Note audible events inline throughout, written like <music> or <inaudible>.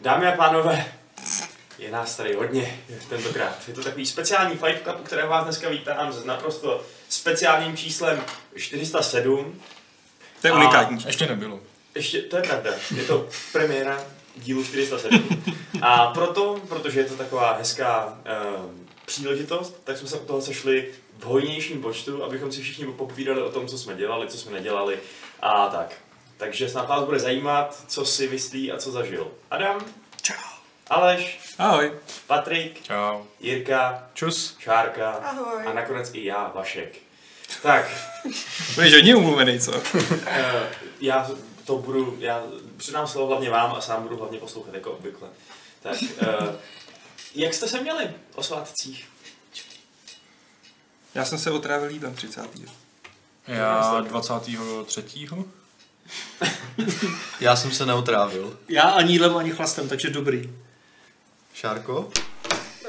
Dámy a pánové, je nás tady hodně tentokrát. Je to takový speciální Fight Club, u kterého vás dneska vítám s naprosto speciálním číslem 407. To je unikátní. A ještě nebylo. Ještě, to je pravda, je to premiéra dílu 407. A proto, protože je to taková hezká um, příležitost, tak jsme se u toho sešli v hojnějším počtu, abychom si všichni popovídali o tom, co jsme dělali, co jsme nedělali a tak. Takže snad vás bude zajímat, co si myslí a co zažil. Adam, Čau. Aleš, Ahoj. Patrik, Čau. Jirka, Čus. Šárka Ahoj. a nakonec i já, Vašek. Tak, Budeš hodně umluvený, co? eh, já to budu, já předám slovo hlavně vám a sám budu hlavně poslouchat jako obvykle. Tak, eh, jak jste se měli o svátcích? Já jsem se otrávil jídlem 30. Já 23. Já jsem se neotrávil. Já ani jídlem, ani chlastem, takže dobrý. Šárko?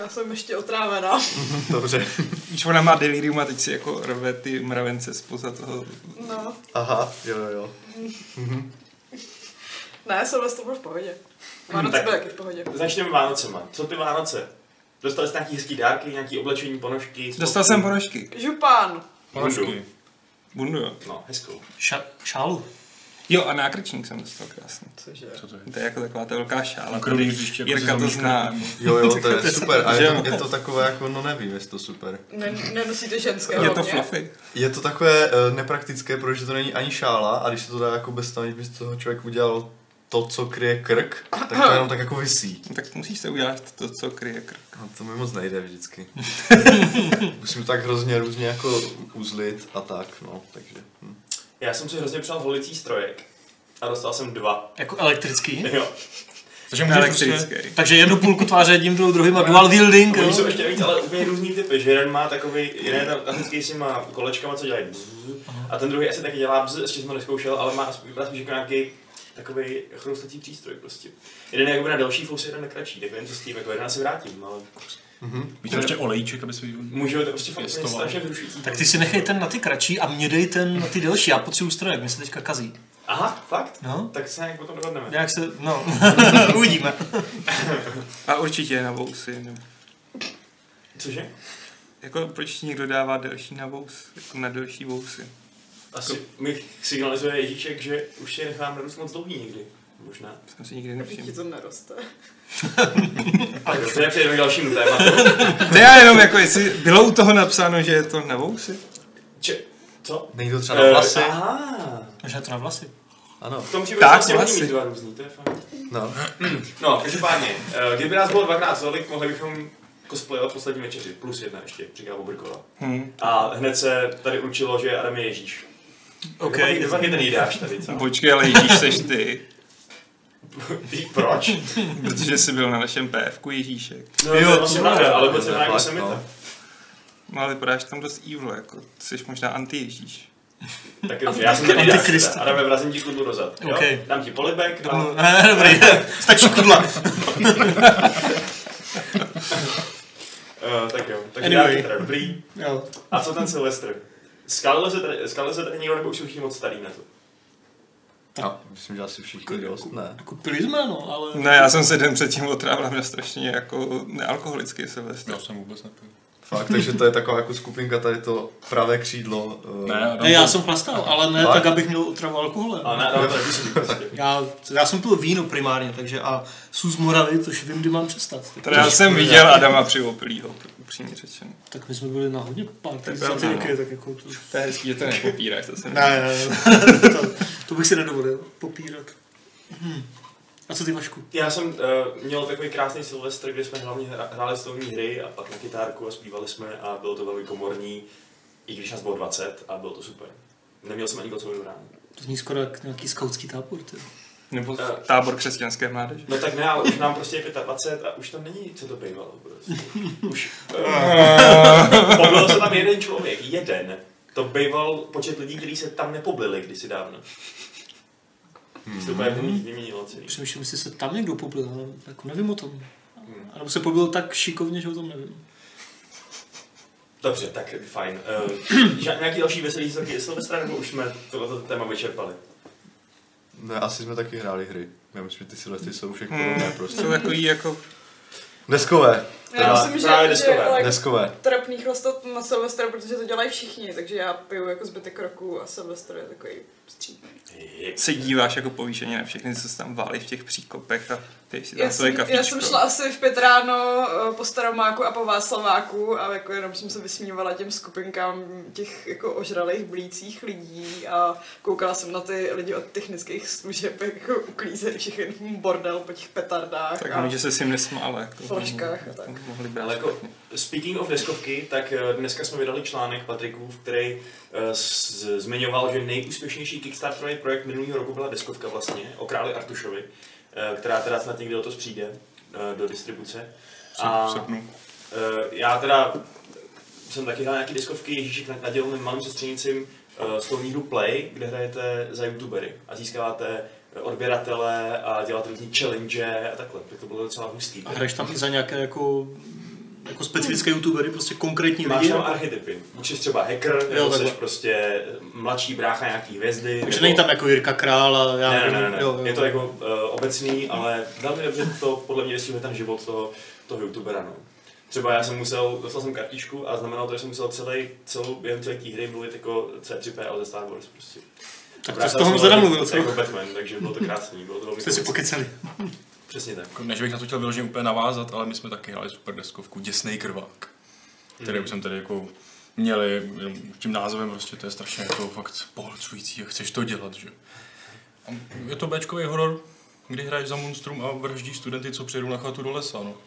Já jsem ještě otrávená. <laughs> Dobře. Víš, ona má delirium a teď si jako rve ty mravence spoza toho. No, Aha, jo, jo, jo. ne, já jsem vlastně byl v pohodě. Vánoce tak- byly taky v pohodě. Začneme Vánocema. Co ty Vánoce? Dostali jste nějaký hezký dárky, nějaký oblečení, ponožky? spoustu- Dostal jsem ponožky. Župán. Ponožky. Bundu, jo. No, hezkou. Ša- šálu. Jo, a nákrčník jsem dostal krásný. Cože? Co to je? To je jako taková ta velká šála. Kromě hřiště, jako Jirka si to zamýšlel. zná. Jo, jo, to je super. A je Že to, je to takové jako, no nevím, jestli to super. Ne, nenosíte ženské Je to hlavně? fluffy. Je to takové eh, nepraktické, protože to není ani šála a když se to dá jako bez toho, aniž by z toho člověk udělal to, co kryje krk, tak to jenom tak jako vysí. No, tak musíš se udělat to, co kryje krk. A to mi moc nejde <laughs> vždycky. Musím to tak hrozně různě jako uzlit a tak, no, takže. Hm. Já jsem si hrozně přál holicí strojek a dostal jsem dva. <laughs> Jako elektrický. Jo. Takže můžeš prostě... Elektrický. Takže jednu půlku tváře jedním, druhou druhým a dual wielding. Oni jo. jsou ještě víc, ale úplně různý typy, že jeden má takový, jeden tam klasický s těma kolečkama, co dělají bzz, a ten druhý asi taky dělá bzz, ještě jsem to neskoušel, ale má spíš, spíš jako nějaký takový chroustací přístroj prostě. Jeden je jakoby na delší fousy, jeden na kratší, tak nevím co s tím, jako jeden asi vrátím, ale Víte, ještě olejček, aby si vyhodil. může to prostě fakt úplně Pěstoval. strašně vyrušující. Tak ty si nechej ten na ty kratší a mě dej ten na ty delší. Já potřebuji strojek, mi se teďka kazí. Aha, fakt? No. Tak se nějak potom dohodneme. Nějak se, no, <laughs> uvidíme. A určitě na vousy. nebo- Cože? Jako proč ti někdo dává delší na vous? Jako na delší vousy. Asi mi signalizuje Ježíšek, že už si je nechám narůst moc dlouhý někdy. Možná. Jsem si nikdy Když ti nevšiml. to neroste. Tak dobře, nepřejdeme k dalšímu tématu. To já jenom jako, jestli bylo u toho napsáno, že je to na vousy? Če- co? Není to třeba na vlasy? Eh, Aha. Možná to na vlasy. Ano, V tom případě Tak, tak, vlastně souhlasím. mít dva různý, to je fajn. no. No, každopádně, eh, kdyby nás bylo dvakrát tolik, mohli bychom cosplayovat poslední večeři, plus jedna ještě, říká Bobrkola. Hm. Hmm. A hned se tady určilo, že Adam je Ježíš. OK. Kde pak- Kde pak je ten jídáš tady, co? Počkej, ale Ježíš seš ty, Víš proč? protože jsi byl na našem PFku Ježíšek. No, jo, to je vlastně tohle. pravda, ale vůbec To je nevím, jak fakt, jsem to. no. No ale vypadáš tam dost evil, jako jsi možná anti-Ježíš. Tak <laughs> dobře, já jsem ten jídáš. Antikrist. teda. Adame, vrazím ti kudlu dozad. Jo? Ok. Dám ti polibek a No, ne, Dobrý, stačí kudla. eh, tak jo. Takže Anyway. anyway. teda dobrý. Jo. A co ten Silvestr? Skalil se tady, skalil se tady někdo, nebo už jsou všichni moc starý na to? no. Myslím, že asi všichni dost, ne. Jako prisma, no, ale... Ne, já jsem se den předtím otrávil, a měl strašně jako nealkoholický Silvestr. Já jsem vůbec nepil. Fakt, takže to je taková jako skupinka, tady to pravé křídlo. eh, Ne, Adam, Ne, já jsem chlastal, ale ne Fakt? tak, abych měl otravu alkoholem. Ale na, na to taky jsou prostě. Já, já jsem pil víno primárně, takže a sůz z Moravy, což vím, kdy mám přestat. Tak, Teda já jsem viděl Adama při opilýho, upřímně řečeno. tak my jsme byli na hodně party pravda, satiriky, tak jako to... To je hezký, že to nepopíráš, to jsem Ne, ne, ne. <laughs> to, to bych si nedovolil popírat. Hm. A co ty, Vašku? <laughs> Já jsem uh, měl takový krásný Silvestr, kde jsme hlavně hra- hráli stolní hry a pak na kytárku a zpívali jsme a bylo to velmi komorní, i když nás bylo 20 a bylo to super. Neměl jsem ani kocovou ráno. To zní skoro jak nějaký skautský tábor, ty. Nebo Eh, tábor křesťanské mládeže. No tak ne, ale už nám prostě je 25 a už tam není, co to bývalo prostě. Už, <laughs> uh, poblil se tam jeden člověk, jeden. To býval počet lidí, kteří se tam nepoblili kdysi dávno. Hmm. To úplně vyměnilo celý. Přemýšlím, jestli se tam někdo pobil, ale jako nevím o tom. A nebo se pobil tak šikovně, že o tom nevím. Dobře, tak fajn. Eh, <clears throat> Uh, nějaký další veselý historky je Silvestra, nebo už jsme tohleto téma vyčerpali? Ne, asi jsme taky hráli hry. Já myslím, že ty silvestry jsou všechno Hmm. podobné prostě. Jsou takový jako... Deskové, Já Právě- myslím, že, právě že deskové, like, deskové. trapný chlastat na Silvestra, protože to dělají všichni, takže já piju jako zbytek roku a Silvestr je takový střídný. se díváš jako povýšeně na všechny, co se tam válí v těch příkopech a ty si Já tam svoje jsem, kafíčko. já jsem šla asi v pět ráno eh, po Staromáku a po Václaváku a jako jenom jsem se vysmívala těm skupinkám těch jako ožralých blících lidí a koukala jsem na ty lidi od technických služeb, jak jako uklízejí všechny bordel po těch petardách. Tak a... vím, že se s tím nesmála. Jako, V flaškách a to tak. Mohli brát Ale jako- špatně. Speaking of deskovky, tak eh, dneska jsme vydali článek Patrikův, který eh, z- zmiňoval, že nejúspěšnější Kickstarterový projekt minulého roku byla deskovka vlastně, o králi Artušovi, eh, která teda snad někdy letos přijde eh, do distribuce. A V srpnu. eh, já teda jsem taky hrál nějaký deskovky, Ježíšek na- nadělal mým malým sestřenicím eh, slovní hru Play, kde hrajete za youtubery a získáváte eh, odběratele a děláte různý challenge a takhle, tak to bylo docela hustý. A hraješ tam i za nějaké jako, jako specifické youtubery, prostě konkrétní Máš lidi. tam archetypy. Buď jsi třeba hacker, Jo, nebo jsi takhle. prostě mladší brácha nějaký hvězdy. Takže nebo- není tam jako Jirka Král a já ne, ne, nevím, ne, ne. jo, jo. Je to jako uh, obecný, ale velmi dobře to podle mě vystihuje ten život toho, toho youtubera. No. Třeba já jsem musel, dostal jsem kartičku a znamenalo to, že jsem musel celý, celou, během celé té hry mluvit jako C3PO ze Star Wars prostě. Tak to Vrátil z toho jsem moc mluvil, jako, co? jako Batman, takže bylo to krásný, bylo to velmi Jste si komický. pokecali. Přesně tak. Jako, Ne, že bych na to chtěl vyloženě úplně navázat, ale my jsme taky hráli super deskovku Děsnej krvák, Mhm. který už jsem tady jako měli jenom tím názvem, prostě to je strašně jako fakt pohlcující a chceš to dělat, že? A je to Bčkový horor, kdy hraješ za monstrum a vraždíš studenty, co přijedou na chatu do lesa, no.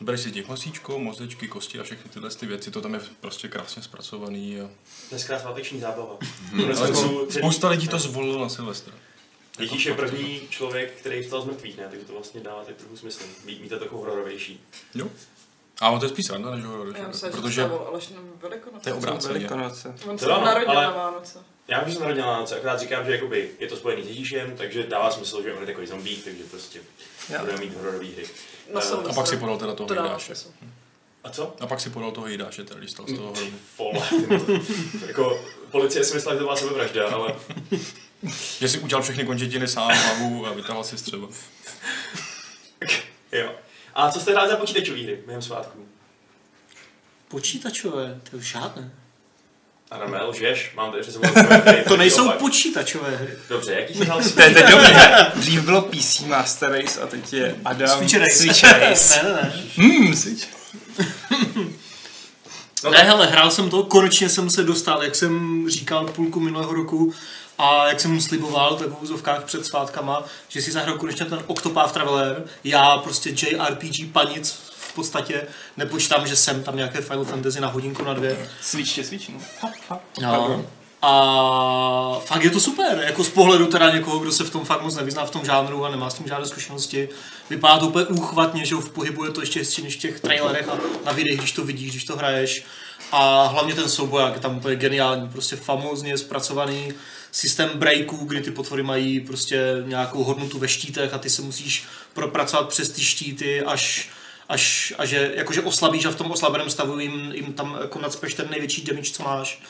Zbereš si těch masíčko, mozečky, kosti a všechny tyhle ty věci, to tam je prostě krásně zpracovaný. A... Dneska sváteční zábava. Mhm. Ale jako, Koneckonců- spousta lidí to zvolilo na Silvestra. Ježíš je první člověk, který vstal z mrtvých, ne? Takže to vlastně dává tak trochu smysl. Mít, mít to trochu hororovější. Jo. A to je spíš randa, než horor, že? Já myslím, že protože to ale jenom velikonoce. to je obráceně. Velikonoce. On se To ano, narodil ale- na Vánoce. Já vím, že jsem narodil na Vánoce, akorát říkám, že jakoby je to spojený s Ježíšem, takže dává smysl, že on je takový zombík, takže prostě Já. budeme mít hororový hry. Na Eh, Silvestra. A pak si podal teda toho To dává Jidáše. smysl. A co? A pak si podal toho Jidáše, teda když stal z toho hrobu. Vole, ty vole. <laughs> jako, policie si myslela, že to byla sebevražda, ale Že si udělal všechny končetiny sám hlavu a vytáhl si střeba. jo. A co jste hráli za počítačový hry během svátků? Počítačové, to už <laughs> žádné. A Ramel, žeš, mám tady před <laughs> sebou tvoje hry, To nejsou opak. počítačové hry. Dobře, jaký jsi hrál To je teď dobré. Dřív bylo PC Master Race a teď je Adam Switch Race. Switch Race. <laughs> ne, ne, ne. Hmm, Switch. No ne, hele, hrál jsem to, konečně jsem se dostal, jak jsem říkal půlku minulého roku a jak jsem mu sliboval tak v úzovkách před svátkama, že si zahrál konečně ten Octopath Traveler. Já prostě JRPG panic v podstatě nepočítám, že jsem tam nějaké Final Fantasy na hodinku, na dvě. Switch tě Switch, no. Ha, ha. No. Pardon. A fakt je to super, jako z pohledu teda někoho, kdo se v tom fakt moc nevyzná v tom žánru a nemá s tím žádné zkušenosti. Vypadá to úplně úchvatně, že jo, v pohybu je to ještě hezčí než v těch trailerech a na videích, když to vidíš, když to hraješ. A hlavně ten souboják je tam úplně geniální, prostě famózně zpracovaný systém breaků, kdy ty potvory mají prostě nějakou hodnotu ve štítech a ty se musíš propracovat přes ty štíty až až, a že jakože oslabíš a v tom oslabeném stavu jim, jim tam jako nadspeš ten největší damage, co máš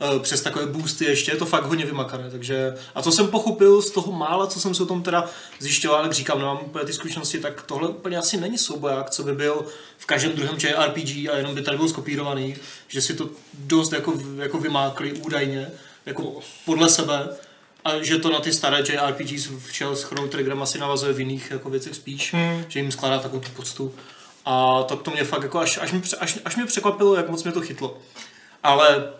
eh, přes takové boosty ještě, je to fakt hodně vymakané, takže a co jsem pochopil z toho mála, co jsem se o tom teda zjišťoval, jak říkám, nemám úplně ty zkušenosti, tak tohle úplně asi není souboják, co by byl v každém druhém JRPG a jenom by tady byl skopírovaný, že si to dost jako, jako vymákli údajně, jako podle sebe, a že to na ty staré JRPGs včel s Chrono Triggerem asi navazuje v jiných jako věcech spíš, hmm. že jim skládá takovou tu poctu. A tak to mě fakt jako až, až, mě, pře- až, až mě překvapilo, jak moc mě to chytlo. Ale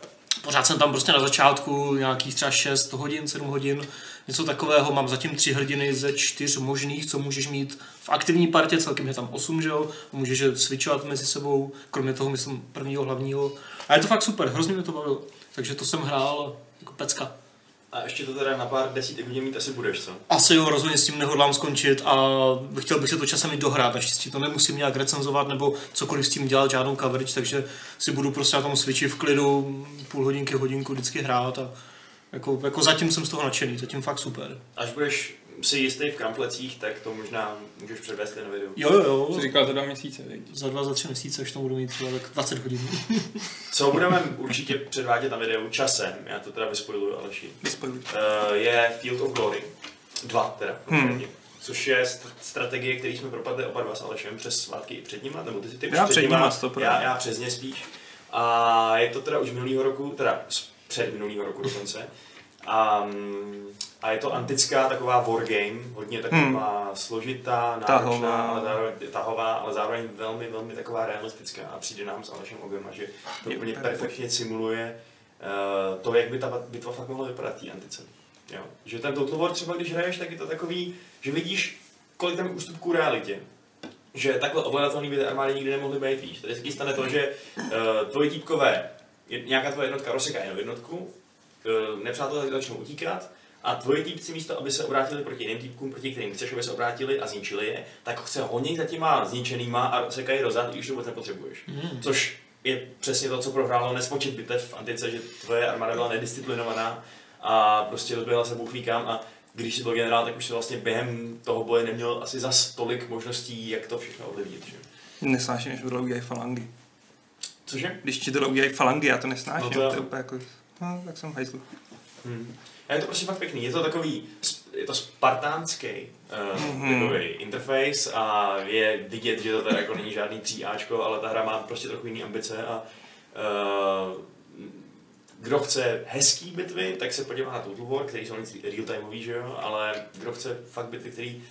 pořád jsem tam prostě na začátku nějakých třeba 6 hodin, 7 hodin, něco takového. Mám zatím tři hrdiny ze čtyř možných, co můžeš mít v aktivní partě, celkem je tam 8, že jo? Můžeš je switchovat mezi sebou, kromě toho, myslím, prvního hlavního. A je to fakt super, hrozně mě to bavilo. Takže to jsem hrál jako pecka. A ještě to teda na pár desítek hodin mít asi budeš, co? Asi jo, rozhodně s tím nehodlám skončit a chtěl bych se to časem i dohrát. Naštěstí to nemusím nějak recenzovat nebo cokoliv s tím dělat, žádnou coverage, takže si budu prostě na tom switchi v klidu půl hodinky, hodinku vždycky hrát a jako, jako zatím jsem z toho nadšený, zatím fakt super. Až budeš si jistý v kramflecích, tak to možná můžeš předvést i na videu. Jo, jo, jo. Co říkal za dva měsíce, viď? Za dva, za tři měsíce, až to budu mít třeba tak 20 hodin. Co budeme určitě předvádět na videu časem, já to teda vyspojuju Aleši, Vyspojuj. eh, je Field of Glory. Dva teda. Hmm. Což je st- strategie, který jsme propadli oba dva s Alešem přes svátky i před nima, nebo ty, ty už Já před nima, nima, stoprocent. já, já přes ně spíš. A je to teda už minulýho roku, teda z před minulýho roku dokonce. A, mm, a je to antická taková wargame, hodně taková hmm. složitá, náročná, Tahová. ale zároveň, tahová, ale zároveň velmi, velmi taková realistická. A přijde nám s Alešem oběma, že to Je úplně perfektní. perfektně simuluje eh, to, jak by ta bitva fakt mohla vypadat, tý antice. Jo. Že ten Total War třeba, když hraješ, tak je to takový, že vidíš, kolik tam je ústupků realitě. Že takhle ovladatelný by ty armády nikdy nemohly být, víš. Tady se ti stane to, že uh, tvoji típkové, je- nějaká tvoje jednotka rozseká jinou jednotku, uh, nepřátelé tak začnou utíkat, a tvoji týpci místo, aby se obrátili proti jiným týpkům, proti kterým chceš, aby se obrátili a zničili je, tak se honit za těma zničenýma a rozsekají rozát, i když to vůbec nepotřebuješ. Hmm. Což je přesně to, co prohrálo nespočet bitev v Antice, že tvoje armáda byla nedisciplinovaná a prostě rozběhla se bůhvíkám a když jsi byl generál, tak už si vlastně během toho boje neměl asi zas tolik možností, jak to všechno ovlivnit. Že? Nesnáším, když tohle udělají falangy. Cože? Když ti tohle udělají falangy, já to No nesnáším. No to to, jo. to je úplně jako... No, tak jsem v hajzlu. Hmm. A je to prostě fakt pěkný. Je to takový, sp- je to spartánský uh, Mhm. mm-hmm. interface a je vidět, že to teda jako není žádný 3Ačko, ale ta hra má prostě trochu jiný ambice a uh, kdo chce hezký bitvy, tak se podívá na Total War, který jsou real-timeový, že jo, ale kdo chce fakt bitvy, který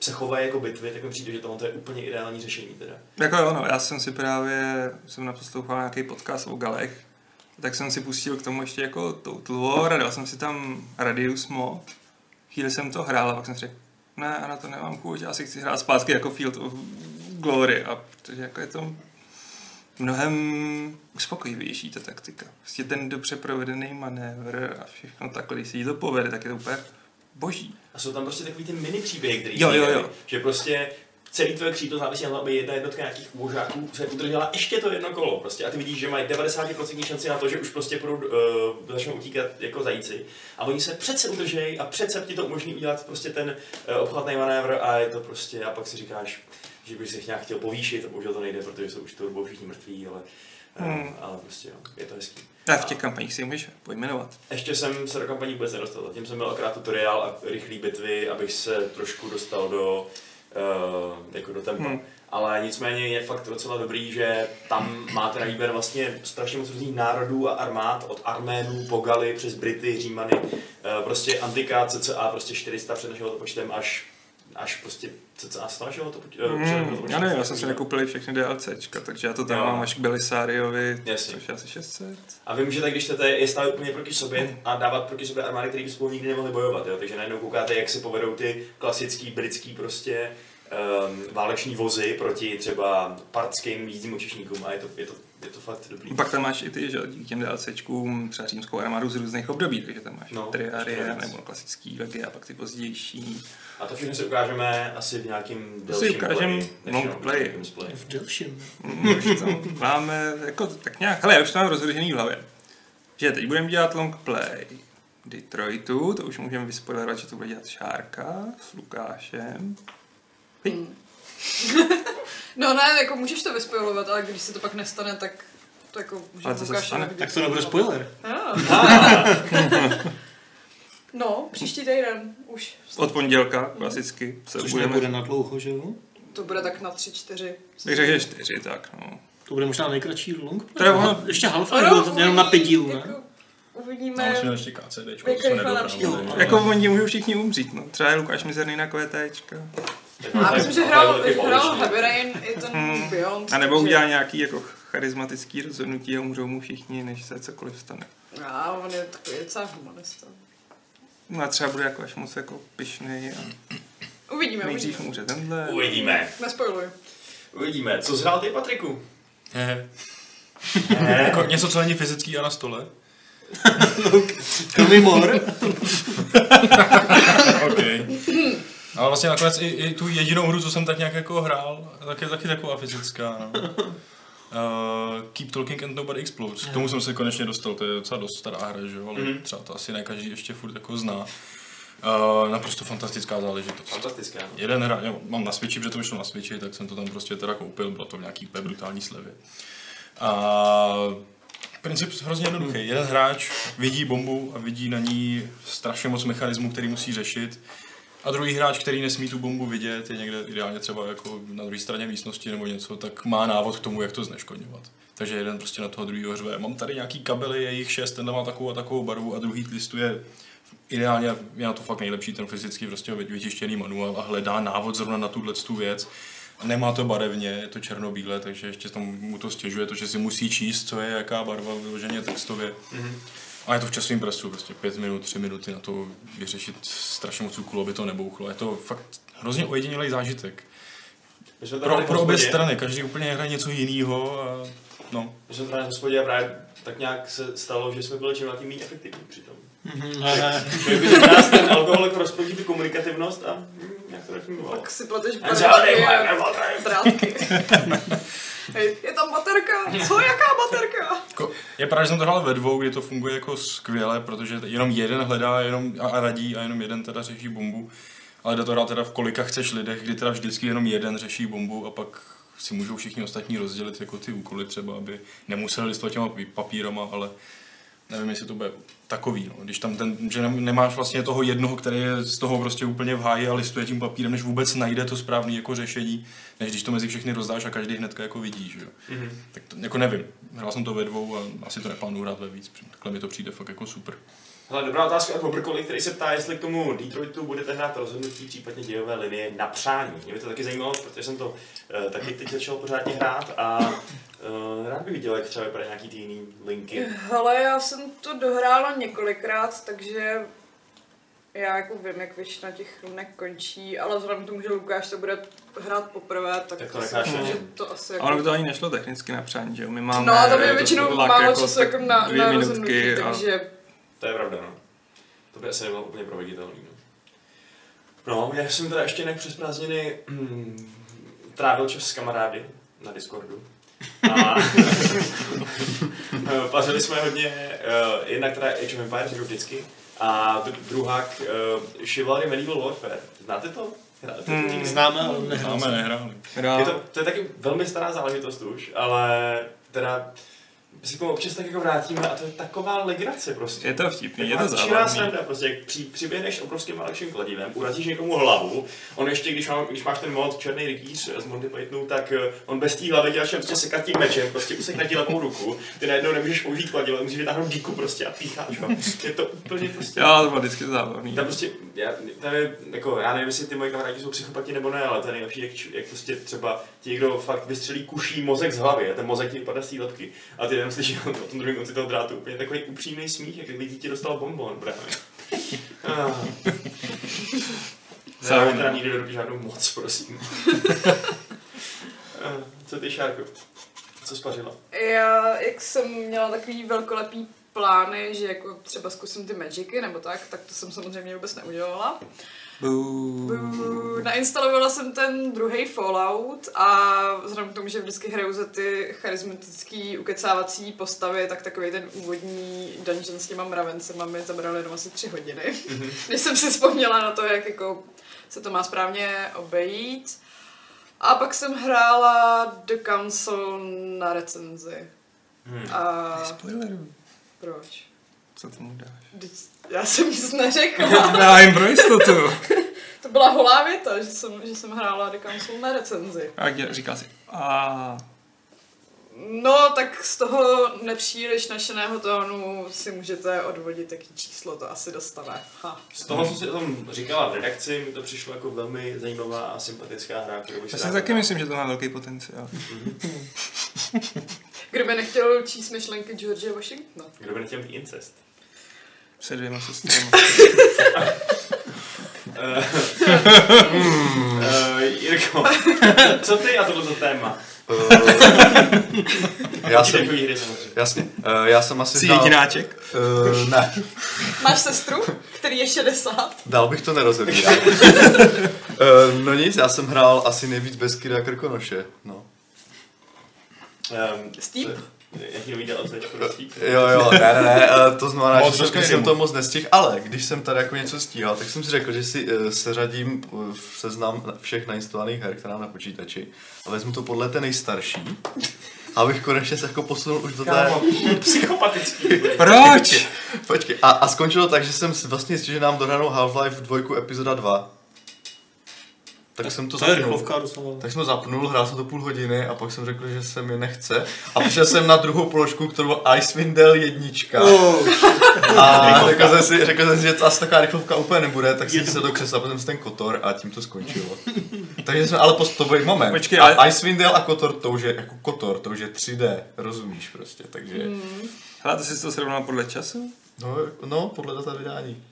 se chovají jako bitvy, tak mi přijde, že tohle je úplně ideální řešení teda. Jako jo, no, já jsem si právě, jsem naposlouchal nějaký podcast o galech, tak jsem si pustil k tomu ještě jako Total War a dal jsem si tam Radius mod. Chvíli jsem to hrál a pak jsem si řekl, ne, já na to nemám chuť, já si chci hrát zpátky jako Field of Glory a protože jako je to mnohem uspokojivější ta taktika. Prostě ten dobře provedený manévr a všechno takhle, když se jí to povede, tak je to úplně boží. A jsou tam prostě takový ty mini příběhy, který Jo, jo, vznikají. jo. Že prostě celý tvoje křídlo závisí na tom, aby jedna jednotka nějakých úvožáků se udržela ještě to jedno kolo. Prostě. A ty vidíš, že mají 90% šanci na to, že už prostě půjdou, uh, začnou utíkat jako zajíci. A oni se přece udržejí a přece ti to umožní udělat prostě ten uh, obchvatný manévr a je to prostě, a pak si říkáš, že bys se nějak chtěl povýšit, a bohužel to nejde, protože jsou už turbo všichni mrtví, ale, Hmm. hmm. ale prostě jo, je to hezký. A v těch kampaních si je můžeš pojmenovat. Ještě jsem se do kampaní vůbec nedostal, zatím jsem měl akorát tutoriál a rychlé bitvy, abych se trošku dostal do, uh, jako do tempa. Hmm. Hmm. Ale nicméně je fakt docela dobrý, že tam máte na výběr vlastně strašně moc různých národů a armád, od Arménů, Pogaly, přes Brity, Římany, uh, prostě antika, cca prostě 400 před naším letopočtem až až prostě cca 100 našeho letopoč- eh, před naším Mm, letopočtem. já nevím, já jsem si nekoupil všechny DLCčka, takže já to tam Jo. mám až k Belisariovi, Jasně. což je asi 600. A vím, že tak když chcete je stavět úplně proti sobě a dávat proti sobě armády, které by spolu nikdy nemohli bojovat, jo? takže najednou koukáte, jak se povedou ty klasický britský prostě um, váleční vozy proti třeba partským jízdním očišníkům a je to, je to, je to fakt dobrý. No, Pak tam máš i ty, že díky těm DLCčkům, třeba římskou armádu z různých období, takže tam máš No, no, ještě triárie navíc. nebo klasický legie a pak ty pozdější. A to všechno si ukážeme asi v nějakým To si delším ukážem play, než long jenom play. krátkém play. V delším. Mm, už tam máme jako tak nějak, hele, já už to mám rozvržený v hlavě. Že teď budeme dělat long play Detroitu, to už můžeme vyspoilerovat, že to bude dělat Šárka s Lukášem. No ne, jako můžeš to vyspojovat, ale když se to pak nestane, tak to jako můžeš Ale to se stane. Tak to nebude spoiler. <laughs> No, příští týden už. Od pondělka, klasicky, se Což budeme... nebude na dlouho, že jo? To bude tak na tři, čtyři. Bych řekl, že čtyři, tak no. To bude možná nejkratší long play. To je ono- ještě half Ono life bylo jenom na pět dílů, ne? jako Uvidíme. Ale jsme ještě KCDčko, to Vykrychla jsme například. nedobral. Jako oni můžou všichni umřít, no. Třeba je Lukáš Mizerný na kvétéčka. Tak A máme myslím, že tady- hrál, tady že ty hrál pouliční. Heavy Rain i ten Beyond. A nebo takže- udělá nějaký jako charismatický rozhodnutí a umřou mu všichni, než se cokoliv stane. A on je takový docela humanista. No a třeba bude jako až moc jako pišnej a Uvidíme, nejdřív uvidíme. umře tenhle. Uvidíme. Nespojluji. Uvidíme. Co zhrál ty, Patriku? Hehe. Jako něco, co není fyzický a na stole. Tell me more. OK. Ale vlastně nakonec i, i tu jedinou hru, co jsem tak nějak jako hrál, tak je taky taková fyzická. No. Uh, Keep Talking and Nobody Explodes. K tomu jsem se konečně dostal, to je docela dost stará hra, že? jo, ale Mhm. třeba to asi ne každý ještě furt jako zná. Uh, naprosto fantastická záležitost. Fantastická. no. Jeden hra, jo, mám na Switchi, protože to vyšlo na Switchi, tak jsem to tam prostě teda koupil, bylo to v nějaký úplně brutální slevě. A Princip je hrozně jednoduchý. Jeden hráč vidí bombu a vidí na ní strašně moc mechanismů, který musí řešit. A druhý hráč, který nesmí tu bombu vidět, je někde ideálně třeba jako na druhé straně místnosti nebo něco, tak má návod k tomu, jak to zneškodňovat. Takže jeden prostě na toho druhého řve. Mám tady nějaký kabely, je jich šest, tenhle má takovou a takovou barvu a druhý listuje ideálně je na to fakt nejlepší ten fyzicky prostě vytištěný manuál a hledá návod zrovna na tuhle tu věc. Nemá to barevně, je to černobílé, takže ještě tam mu to stěžuje to, že si musí číst, co je, jaká barva, vyloženě textově. Mm-hmm. Mhm. A je to v časovém presu, prostě pět minut, tři minuty na to vyřešit strašně moc úkolů, aby to nebouchlo. Je to fakt hrozně ojedinělý zážitek. My jsme to Pro, hráli v pro obě hospodě. strany, každý úplně hraje něco jiného a no. My jsme to hráli v hospodě a právě tak nějak se stalo, že jsme byli čím dál tím méně efektivní přitom. Mhm. Takže nás ten alkohol rozproudí tu komunikativnost a hm, nějak to nefungovalo. Tak si plateš I'm sorry, barvy a I'm sorry. drátky. <laughs> Hej, je tam baterka? Co, jaká baterka? Ko- Je pravda, že jsem to hrál ve dvou, kdy to funguje jako skvěle, protože jenom jeden hledá jenom a- a radí a jenom jeden teda řeší bombu. Ale jde to hrát teda v kolika chceš lidech, kdy teda vždycky jenom jeden řeší bombu a pak si můžou všichni ostatní rozdělit jako ty úkoly třeba, aby nemuseli listovat těma papí- papírama, ale nevím, jestli to bude takový, no. když tam ten, že nem- nemáš vlastně toho jednoho, který je z toho prostě úplně v háji a listuje tím papírem, než vůbec najde to správné jako řešení, než když to mezi všechny rozdáš a každý hnedka jako vidí, že jo. Mhm. Tak to, jako nevím, hrál jsem to ve dvou a asi to neplánuju hrát ve víc, protože takhle mi to přijde fakt jako super. Hele, dobrá otázka od Bobrkoli, který se ptá, jestli k tomu Detroitu budete hrát rozhodnutí, případně dějové linie na přání. Mě by to taky zajímalo, protože jsem to uh, taky teď začal pořádně hrát a uh, rád bych viděl, jak třeba vypadají nějaký ty jiný linky. Hele, já jsem to dohrála několikrát, takže já jako vím, jak většina těch linek končí, ale vzhledem k tomu, že Lukáš to bude hrát poprvé, tak, Tak to si necháš myslím, na že něm. to asi jako- A ono by to ani nešlo technicky na přání, že jo? My máme No a tam je eh, většinou vlak málo času tak jako na, dvě na minutky rozhodnutí, a- takže To je pravda, no. To by asi nebylo úplně proveditelný. No. no, já jsem teda ještě jinak přes prázdniny hm, trávil čas s kamarády na Discordu. A <laughs> Eh, pařili jsme hodně, uh, jednak teda Age of Empires, jako vždycky, a dru- druhák uh, Chivalry Medieval Warfare. Znáte to? Hráte to Hmm, no. někdy? Známe, ale nehrál Máme, jsem. nehráli. Hra, Je to, to je taky velmi stará záležitost už, ale teda se k tomu občas tak jako vrátíme a to je taková legrace prostě. je to vtipný, je to Taková čirá zábavný. sranda, prostě jak při, přiběhneš obrovským malým kladivem, urazíš někomu hlavu, on ještě, když, má, když máš ten mod černý rytíř z Monty Pythonu, tak eh, on bez té hlavy tě začne prostě sekat tím mečem, prostě usekne ti levou ruku, ty najednou nemůžeš použít kladivo, ale musíš vytáhnout díku prostě a pícháš ho. Je to úplně prostě... Jo, to bylo vždycky zábavný. Tam prostě, já, tam je, jako, já nevím, jestli ty moje kamarádi jsou psychopati nebo ne, ale to je nejlepší, jak, č- jak prostě třeba ti někdo fakt vystřelí kuší mozek z hlavy a ten mozek ti vypadá z té lebky. A ty jenom slyšíš <laughs> o tom druhém konci toho drátu úplně takový upřímný smích, jak kdyby dítě dostal bonbon právě. Ah. Zároveň teda nikdy do ruky žádnou moc, <laughs> prosím. Ah, Co ty, Šárko? Co spařila? já, jak jsem měla takový velkolepý plány, že jako třeba zkusím ty Magicy nebo tak, tak to jsem samozřejmě vůbec neudělala. Buu. Buu, Nainstalovala jsem ten druhý Fallout a vzhledem k tomu, že vždycky hraju za ty charismatický ukecávací postavy, tak takový ten úvodní dungeon s těma mravencema mi zabral jenom asi tři hodiny. <laughs> Než jsem si vzpomněla na to, jak jako se to má správně obejít. A pak jsem hrála The Council na recenzi. Hmm. A Spoilerů. proč? Co tomu dáš? Vždyť Já jsem nic neřekla. <laughs> Já jim pro jistotu. To byla holá věta, že jsem, že jsem hrála The Council na recenzi. A jak říká si, a No, tak z toho nepříliš našeného tónu si můžete odvodit, jaký číslo to asi dostane. Ha. Z toho, co jsi o tom říkala v redakci, mi to přišlo jako velmi zajímavá a sympatická hra, kterou bych já si si rád taky hrál. myslím, že to má velký potenciál. Kdo by nechtěl číst myšlenky George Washingtona? Kdo by nechtěl mít incest? Se dvěma <laughs> sestrama. Uh, Jirko, <laughs> co ty a tohleto téma? Eh, já jsem, Takový hry samozřejmě. jasně, Eh, já jsem asi Jsi dal- jedináček? Eh, ne, Máš sestru, který je 60? dál bych to nerozebíral. Eh, no nic, já jsem hrál asi nejvíc bez Kira Krkonoše, no. Um, Steep? Jaký nový dělat teď prostý. <laughs> Jo, jo, ne, ne, ne, eh, to znamená, Moc že jsem, hezký jsem to mu. moc nestihl, ale když jsem tady jako něco stíhal, tak jsem si řekl, že si eh, seřadím eh, v seznam všech nainstalovaných her, která mám na počítači a vezmu to podle té nejstarší, abych konečně se jako posunul už do té... Kámo, <laughs> psychopatický. Proč? Počkej, a, a skončilo tak, že jsem si vlastně zjistil, že nám dohranou Half-Life 2 epizoda 2. Tak, jsem to, no. To je rychlovka docela. Tak jsem to zapnul, hrál jsem to půl hodiny a pak jsem řekl, že se mi nechce. A přišel jsem na druhou položku, kterou byla Icewind Dale jednička. Oh, A řekl jsem, si, řekl jsem si, že to asi taková rychlovka úplně nebude, tak jsem se do křesla, potom jsem ten kotor a tím to skončilo. Takže jsme, ale post, to byl moment. Počkej, a ale- Icewind Dale a kotor, to už je jako kotor, to už je 3D, rozumíš prostě, takže... Hele, ty jsi to srovnal podle času? No, no podle data vydání.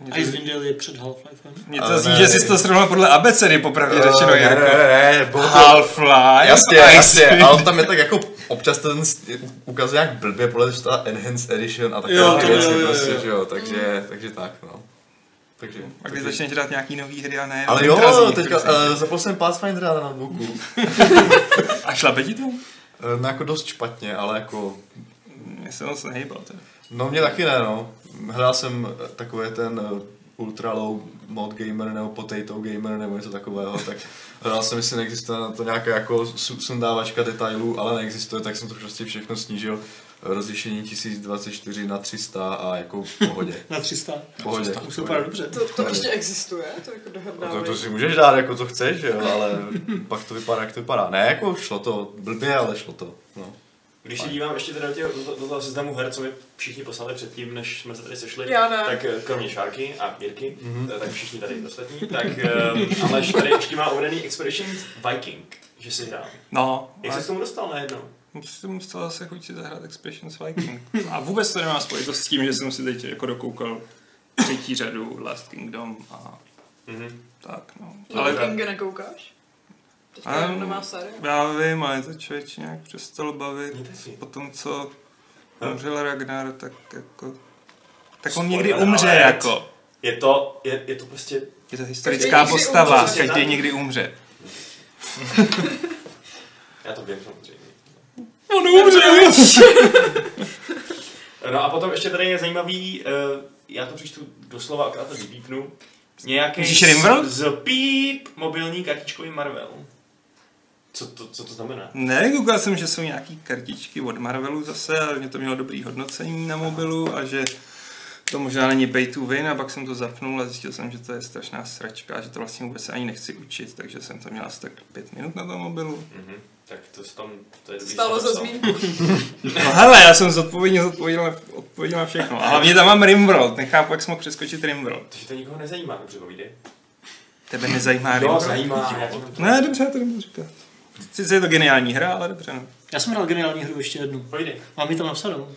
Mě to- Icewind Dale je před Half-Lifem. Mě to Ale zní, ne. že jsi to srovnal podle abecedy, popravdě řečeno, Jirko. Oh, ne, bylo to- Half-Life, Jasně, jasně, Icewind. ale tam je tak jako občas ten st- ukazuje jak blbě, podle toho, že to je Enhanced Edition a Jo, takové ty věci to jo, jo, jo, prostě, jo. že jo, takže, takže tak, no. Takže, A když takže- začneš hrát nějaký nový hry a ne... ale ne jo, drazí, teďka prostě. uh, zapl jsem Pathfindera na notebooku. A šlape ti to? Eh, No jako dost špatně, ale jako... Mně se moc nehýbal teda. No mě taky ne, no. Hrál jsem eh, takové ten eh, Ultra Low Mod Gamer nebo Potato Gamer nebo něco takového, tak hrál jsem, jestli neexistuje na to nějaká jako su- sundávačka detailů, ale neexistuje, tak jsem to prostě všechno snížil eh, rozlišení 1024 na 300 a jako v pohodě. <laughs> Na 300. V pohodě. To už se vypadá dobře. To, to ještě existuje, to jako No to, dohrdávají. to si můžeš dát jako co chceš, že jo, ale <laughs> pak to vypadá, jak to vypadá. Ne, jako šlo to, blbě, ale šlo to. No. Když se dívám ještě teda do, těho, do, do toho seznamu her, co mi všichni poslali předtím, než jsme se tady sešli, Já ne. tak eh, kromě Šárky a Jirky, mm-hmm. tak všichni tady ostatní, tak eh, ale tady ještě má uvedený Expedition Viking, že si hrál. No, Jak ale jsi se k tomu dostal najednou? jsem stala se chuť si zahrát Expressions Viking. A vůbec to nemá spojitost s tím, že jsem si teď jako dokoukal třetí řadu Last Kingdom a Mm-hmm. Mhm. tak, no. Ale Kinga nekoukáš? Teďka Ehm, jenom nová série. Já vím, ale to člověk nějak přestal bavit. Mě taky. Po tom, co Hm. umřel Ragnar, tak jako... Tak on Spoiler někdy umře, alert. jako. Je to, je, je to prostě, Je to historická někdy postava, umře. každý někdy umře. já to vím samozřejmě. On umře! No a potom ještě tady je zajímavý, eh, já to přečtu doslova, akorát to vypípnu, nějaký Myslíš Rimworld? z, z píp mobilní kartičkový Marvel. Co to, co to znamená? Ne, koukal jsem, že jsou nějaký kartičky od Marvelu zase, ale mě to mělo dobrý hodnocení na mobilu a že to možná není pay to win a pak jsem to zapnul a zjistil jsem, že to je strašná sračka a že to vlastně vůbec ani nechci učit, takže jsem to měl asi tak pět minut na tom mobilu. Mhm. Tak to se tam, to je dobrý, Stalo že jsi za to napsal. zmínku. No hele, já jsem zodpovědně odpověděl na, odpověděl na všechno. A hlavně tam mám Rimworld, nechápu, jak jsem mohl přeskočit Rimworld. Takže to nikoho nezajímá, dobře povídej. Tebe nezajímá Jo, Rimworld? zajímá. já ti to- Ne, dobře, já to nebudu říkat. Sice je to geniální hra, ale dobře, no. Já jsem hrál geniální hru ještě jednu. Povídej. Mám ji tam napsanou.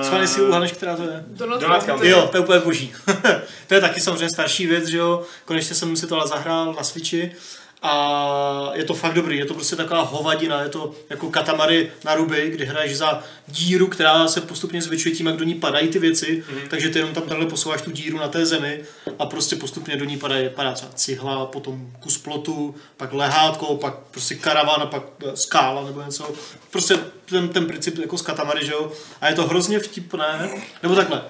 Eh, Schválně si uhaneš, která to je. Donald Donald Trump. Trump. Jo, to je úplně boží. <laughs> to je taky samozřejmě starší věc, že jo. Konečně jsem si to ale zahrál na Switchi a je to fakt dobrý, je to prostě taková hovadina, je to jako katamary na ruby, kdy hraješ za díru, která se postupně zvětšuje tím, jak do ní padají ty věci, mm-hmm. takže ty jenom tam takhle posouváš tu díru na té zemi a prostě postupně do ní padá, padá třeba cihla, potom kus plotu, pak lehátko, pak prostě karavan a pak eh, skála nebo něco. Prostě ten, ten princip jako z katamary, že jo. A je to hrozně vtipné, nebo takhle,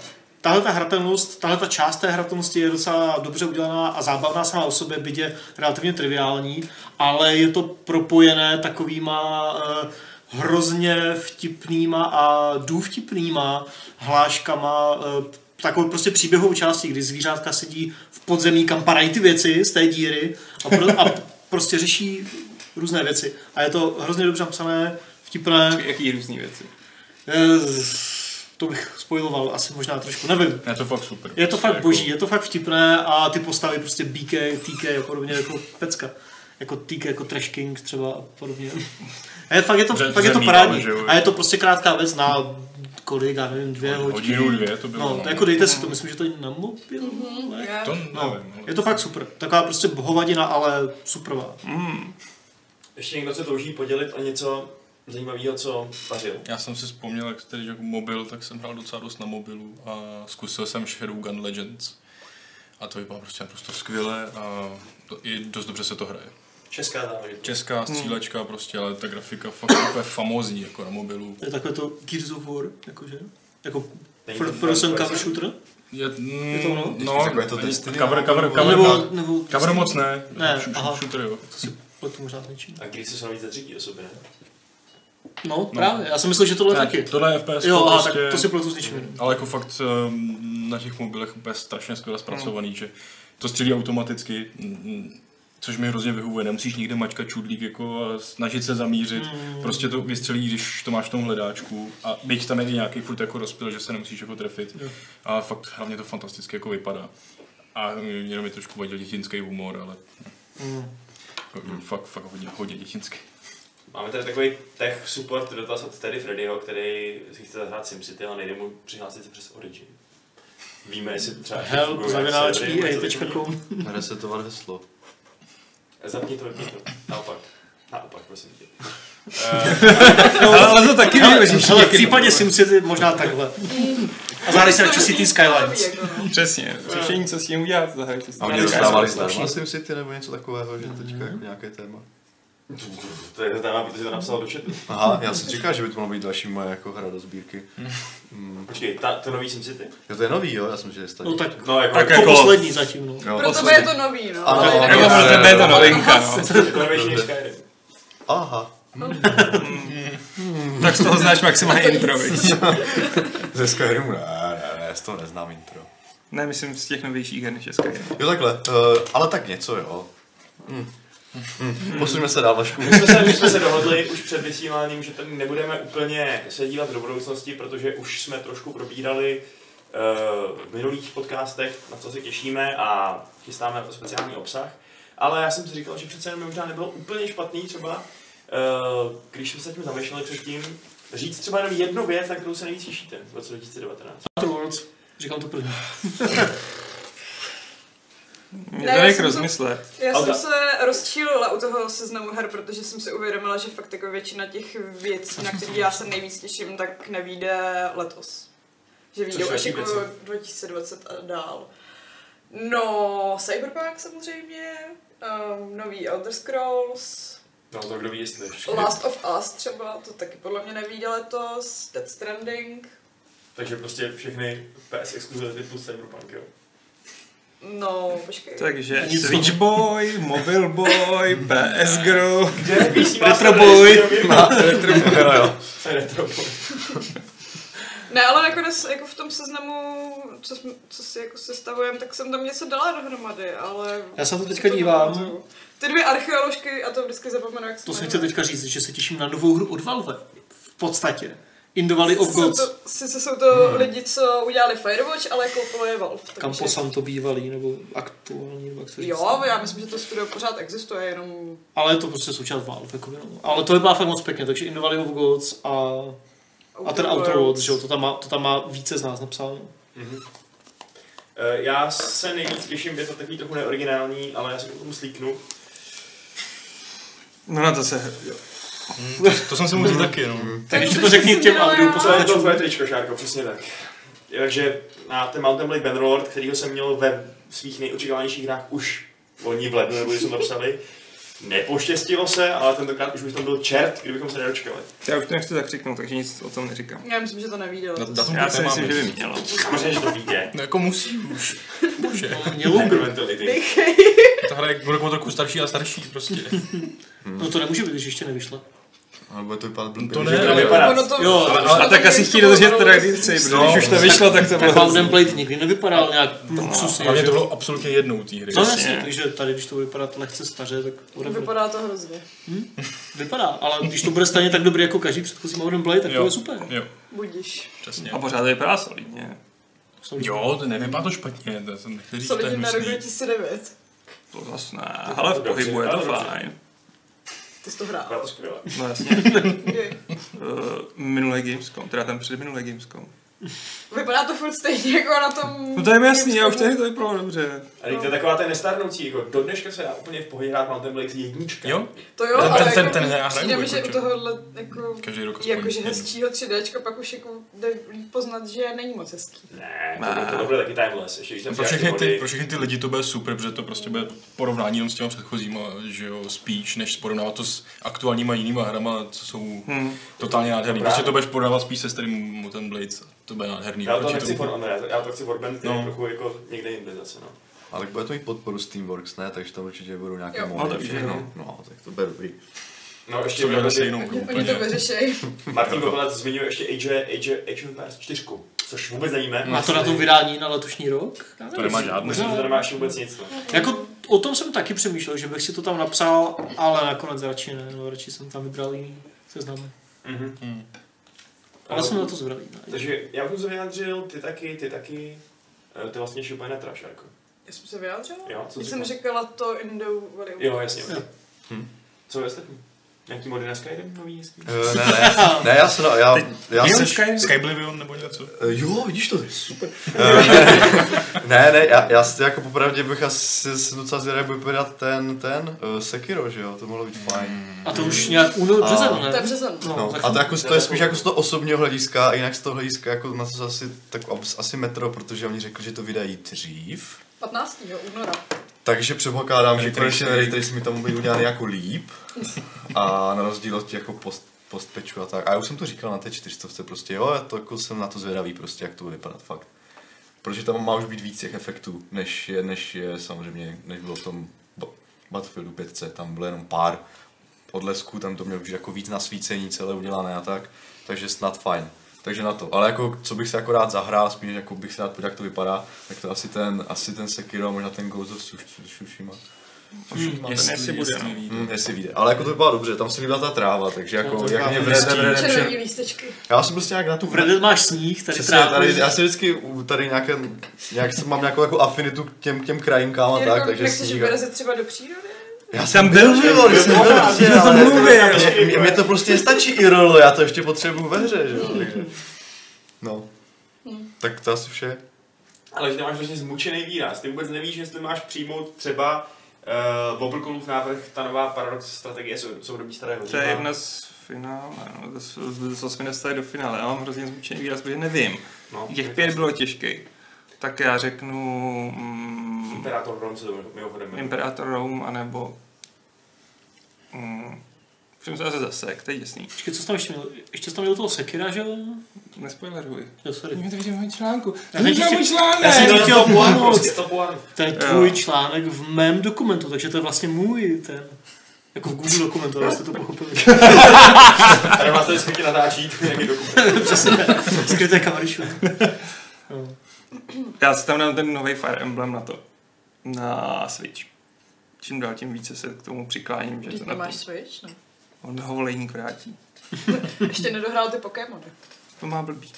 Tahle ta hratelnost, tahle ta část té hratelnosti je docela dobře udělaná a zábavná sama o sobě, byť je relativně triviální, ale je to propojené takovýma eh, hrozně vtipnýma a důvtipnýma hláškama eh, takovou prostě příběhovou částí, kdy zvířátka sedí v podzemí, kam padají ty věci z té díry a, pro, a prostě řeší různé věci. A je to hrozně dobře napsané, vtipné, Jaký různý věci. eh, to bych spojiloval asi možná trošku, nevím. Je to fakt super. Prostě Je to fakt boží, je to fakt vtipné a ty postavy prostě BK, TK a podobně jako pecka. Jako TK, jako Trash King třeba a podobně. A je, fakt je to, Že- fakt je to že parádní. mýval, že jo? jako- A je to prostě krátká věc na kolik, já nevím, dvě hodiny. Hodinu, dvě to bylo. No, jako dejte si to, myslím, že to je na mobil. ne? Já- To No, nevím. ale- je to fakt super. Taková prostě hovadina, ale superová. Eh, Ještě někdo se touží podělit o něco zajímavého, co vařil. Já jsem si vzpomněl, jak jste jako mobil, tak jsem hrál docela dost na mobilu a zkusil jsem Shadowgun Legends. A to vypadá prostě naprosto skvěle a to, i dost dobře se to hraje. Česká záležitost. Česká Hmm. střílečka prostě, ale ta grafika fakt úplně famózní, jako na mobilu. To je takové to Gears of War, jakože? Jako Není to fir- person first cover person? shooter? Je, mm, Je to ono? No, Jako je to ani- Destiny, cover, cover, Cover, cover, nebo, cover, nebo prostě cover moc ne, Ne, Šu- šu- aha. shooter jo. To si pletu možná s něčím. A když se navíc ze třetí osoby, ne? No, právě, já jsem myslel, že tohle Ne, taky. Tohle je FPS, Jo, aha, tak prostě, to si pletu s něčím jiným. ale jako fakt ehm, na těch mobilech úplně strašně skvěle zpracovaný, že to střílí automaticky, mm, mm, což mi hrozně vyhovuje, nemusíš nikde mačkat čudlík jako a snažit se zamířit, prostě to vystřelí, když to máš v tom hledáčku a byť tam je i nějaký furt jako rozpil, že se nemusíš jako trefit, a fakt hlavně to fantasticky jako vypadá. A jenom mi trošku vadil dětinský humor, ale mm. fakt, fakt hodně, hodně dětinský. Máme tady takový tech support dotaz od Terry Freddyho, který si chce zahrát SimCity, ale nejde mu přihlásit se přes Origin. Víme, jestli třeba... Help, funguje zavináč servery, něco takového. EA.com. Resetovat heslo. Zapni to, vypni to. Naopak. Naopak, prosím tě. Ale, ale to taky Ale, vyřešíš hele, v někdy. případě SimCity možná takhle. A zahraj si radši City Skylines. Jako, no. Přesně, řešení, co s tím udělat, zahrajte si. A oni to. dostávali Lepší. zdarma SimCity nebo něco takového, že teďka jako nějaké téma. To je to téma, protože to napsal do chatu. Aha, já jsem říkal, že by to mohlo být další moje jako hra do sbírky. Mm. Počkej, ta, to nový SimCity? Jo, to je nový, jo, já jsem že No stačí. tak No, jako... Tak to jako- poslední zatím, no. Jo, Pro tebe je to nový, no. Ano, ale ano. jinak- Jako pro tebe je to novinka, <laughs> no. To je novější než Skyrim. Aha, Tak z toho znáš maximálně intro, viď? ze Skyrimu, ne, ne, ne, já z toho neznám intro. Ne, myslím z těch novějších her než je Skyrim. Jo, takhle, uh, ale tak něco, jo. Mm. Mm. Posuňme se dál, Vašku. My jsme, se, my jsme se dohodli už před vysíláním, že tady nebudeme úplně se dívat do budoucnosti, protože už jsme trošku probírali eh, v minulých podcastech, na co se těšíme a chystáme speciální obsah. Ale já jsem si říkal, že přece jenom by možná nebylo úplně špatný třeba, eh, když jsme se tím zamýšleli předtím, říct třeba jenom jednu věc, na kterou se nejvíc těšíte v roce 2019. Afterwards. Říkám to první. Mě Ne, to já nech jsem to- rozmyslet. Já Alda. jsem se rozčílila u toho seznamu her, protože jsem si uvědomila, že fakt jako většina těch věcí, na které já se nejvíc těším, tak nevíde letos. Že vyjdou jsou až jaký jako věci? 2020 a dál. No, Cyberpunk samozřejmě, um, nový Elder Scrolls, No to kdo ví, jestli. Last of Us třeba, to taky podle mě nevíde letos, Death Stranding, Takže prostě všechny PS exkluzivity plus Cyberpunk, jo. no počkej. Takže Nic Switch Boy, Mobile Boy, PS Girl, Kde? Retro <laughs> Boy. jo, jo. Retro Boy. Ne, ale nakonec jako v tom seznamu, co, jsme, co si jako sestavujem, tak jsem tam něco dala dohromady, ale... Já se na to teďka dívám. nepamatuju. Ty dvě archeoložky, a to vždycky zapomenu, jak se To jsem jmenují. chtěl teďka říct, že se těším na novou hru od Valve. V podstatě. In the Valley of Sice jsou Gods. to, sice jsou to Hmm. lidi, co udělali Firewatch, ale koupilo je Valve. Kam takže- posam to bývalý, nebo aktuální, nebo jak se říct. Jo, já myslím, že to studio pořád existuje, jenom... Ale je to prostě součást Valve, jako by, no. Ale to vypadá fakt moc pěkně, takže In the Valley of Gods a, a ten Outer Worlds, že jo, to tam má, to tam má více z nás napsáno. Eh, Já se nejvíc těším, je to takový trochu neoriginální, ale já se k tomu slíknu. No na to se hr- To jsem si musel taky, no. Tak <laughs> Tak ještě to to jsem řekni si těm měla audio já. To je to posluchačům. tvoje tričko, Šárko, přesně tak. Takže na ten Mountain Blade Bannerlord, kterýho jsem měl ve svých nejočekávanějších hrách už loni v lednu, nebo když jsme to psali, nepoštěstilo se, ale tentokrát už bych tam byl čert, kdybychom se nedočkali. Já už to nechci zakřiknout, takže nic o tom neříkám. Já myslím, že to nevíde. Na- na- Já si nemáme. myslím, že by mělo. Samozřejmě, že to vyjde. No jako musí už. Bože. Mělo by. Incrementality. Ta hra je bude trochu starší a starší <laughs> prostě. No to nemůže být, když ještě nevyšla. Ale No, bude to vypadat blbě. To ne, že ale jo. vypadá. Ono to, Jo, ono A to tak asi něco chtějí dodržet bylo- tradici, No, protože když už to vyšlo, tak to Tak bylo Mountain Blade nikdy nevypadal nějak luxusně. Hlavně že? to bylo absolutně jednou té hry. No Jasně. jasně, takže tady, když to bude vypadat lehce staře, tak whatever. vypadá. Vypadá to hrozně. vypadá. ale když to bude stejně tak dobrý jako každý předchozí Mountain Blade, tak to Jo. je super. Jo, Budíš. přesně. A pořád to vypadá solidně. Jo, to nevypadá to špatně, to jsem nechci říct, Co to je vidím na rok hnusný. 2009? To zas ne, ale v dobře, pohybu je to ale dobře. fajn. Ty jsi to hrál. Vypadá to skvěle. No jasně. Jej. Eh, Minulé Gamescom, teda ten předminulé Gamescom. Vypadá to furt stejně jako na tom... No to je mi jasný, já už tehdy to vypadalo dobře. A teď to je taková ten nestárnoucí, jako do dneška se dá úplně v pohodě hrát Mountain Blade jednička. Jo? To jo, Ten- ale ten- jako, ten já hraju přijde mi, dvojku, že u že? tohohle jako, Každý rok aspoň jakože jednu. hezčího 3Dčka pak už jako jde líp poznat, že není moc hezký. Ne, to, to, to bude taky timeless, ještě když tam Pro přidáš všechny, ty, body. pro všechny ty lidi to bude super, protože to prostě bude porovnání jenom s těma předchozíma, že jo, spíš, než porovnávat to s aktuálníma jinýma hrama, co jsou hmm. totálně nádherný. Právě. Prostě to budeš porovnávat spíš se starým Mutant Blades, to bude nádherný. Já to Určitě nechci bude- for honor, já to- já to chci Warband, který Jako No. je trochu jako někde jinde zase, no. Ale tak bude to mít podporu Steamworks, ne? Takže tam určitě budou nějaké Jo. mody, No, takže všechno. jo. No, tak to bude dobrý. No, ještě Co bude Warband je- stejnou hru, Oni to vyřešej. Martin Popelec zmiňuje ještě Age, Age, Age of Empires 4, což vůbec nevíme. Má No, to na tom vydání na letošní rok? Já To nevím. nemá žádný. Myslím, že to nemá ještě vůbec nic. No. Jako o tom jsem taky přemýšlel, že bych si to tam napsal, ale nakonec radši ne, no, radši jsem tam vybral jiný seznam. Mhm. Ale jsem na to zvědavý. no. Takže já už jsem se vyjádřil, ty taky, ty taky. Eh, Ty vlastně ještě úplně netraš, jako. Já jsem se vyjádřila? Jo, co Já jsi jsem říkal? říkala to in the valley. of- Jo, jasně. Jo. Hm. Co je ostatní? Nějaký mody na Skyrim? Nový hezký? Eh, ne, ne, ne, já jsem, já, já jsem, Skyrim? Skyblivion nebo něco? Eh, Jo, vidíš to, to je super. Eh, <laughs> ne, ne, já, já si jako popravdě bych asi se docela zvědavý, jak bude vypadat ten, ten uh, Sekiro, že jo, to mohlo být fajn. A to už nějak únor A- březen, ne? To je březen. No, No, tak a to, jako, to je spíš jako z toho osobního hlediska, a jinak z toho hlediska jako na to se asi, tak abs- asi metro, protože oni řekli, že to vydají dřív. 15. února. Takže předpokládám, že Ray konečně tracing. Ray Trace mi tam bude udělaný jako líp. A na rozdíl od těch jako post, postpečů a tak. A já už jsem to říkal na té čtyřstovce prostě, jo, já to jako jsem na to zvědavý prostě, jak to bude vypadat fakt. Protože tam má už být víc těch efektů, než je, než je samozřejmě, než bylo v tom Ba- Battlefieldu 5, tam bylo jenom pár odlesků, tam to mělo už jako víc nasvícení celé udělané a tak, takže snad fajn. Takže na to. Ale jako, co bych se jako rád zahrál, spíš jako bych se rád podíval, jak to vypadá, tak to asi ten, asi ten Sekiro a možná ten Ghost of Tsush- Tsushima. jestli bude, no. Hmm, jestli vyjde. Ale jako to vypadá dobře, tam se líbila ta tráva, takže jako, to jak vypadá mě v hezky. Red Dead Redemption... Červený lístečky. Já jsem prostě nějak na tu... V Red Dead máš sníh, tady Přesně, tady, trápu. já si vždycky u- tady nějaké, nějak jsem, mám nějakou jako afinitu k těm, k těm krajinkám a Jirko, tak, takže nechceš sníh. a- vyrazit třeba do přírody? Já Tam byl, že jo, jsem byl, prostě, jsem ale- mluvil. Mě- mě- Mě to prostě stačí i rolo, já to ještě potřebuju ve hře, že jo, takže... No. Tak to asi vše. Ale že tam máš vlastně zmučený výraz. Ty vůbec nevíš, jestli máš přijmout třeba uh, Bobrkolův návrh, ta nová paradox strategie sou- soudobí starého To je Říma. jedna z finále, no, to s- zase jsme dostali do finále, já mám hrozně zmučený výraz, protože nevím. No, Těch pět bylo těžkých. Tak já řeknu mm, Imperátor Ron se to mimochodem jmenuje. Imperator Rome, anebo... Mm, Všem se zase zasek, to je jasný. Počkej, co jsi tam ještě měl? Ještě jsi tam měl toho Sekira, že jo? Nespoileruji. Jo, sorry. Mě to viděl v mém článku. Já jsem ti- článek! Já jsem to chtěl pohnout. Prostě to pohnout. To je tvůj článek v mém dokumentu, takže to je vlastně můj ten. Jako v Google dokumentu, abyste to pochopili. <laughs> Tady vás to vždycky natáčí, <laughs> nějaký dokument. Přesně. Skryté kamery všude. No. Já si tam dám ten nový Fire Emblem na to. Na Switch. Čím dál tím více se k tomu přikláním, že Když to na nemáš to, Switch, no. on ho volejník vrátí. Ještě nedohrál ty Pokémony. To má blbý.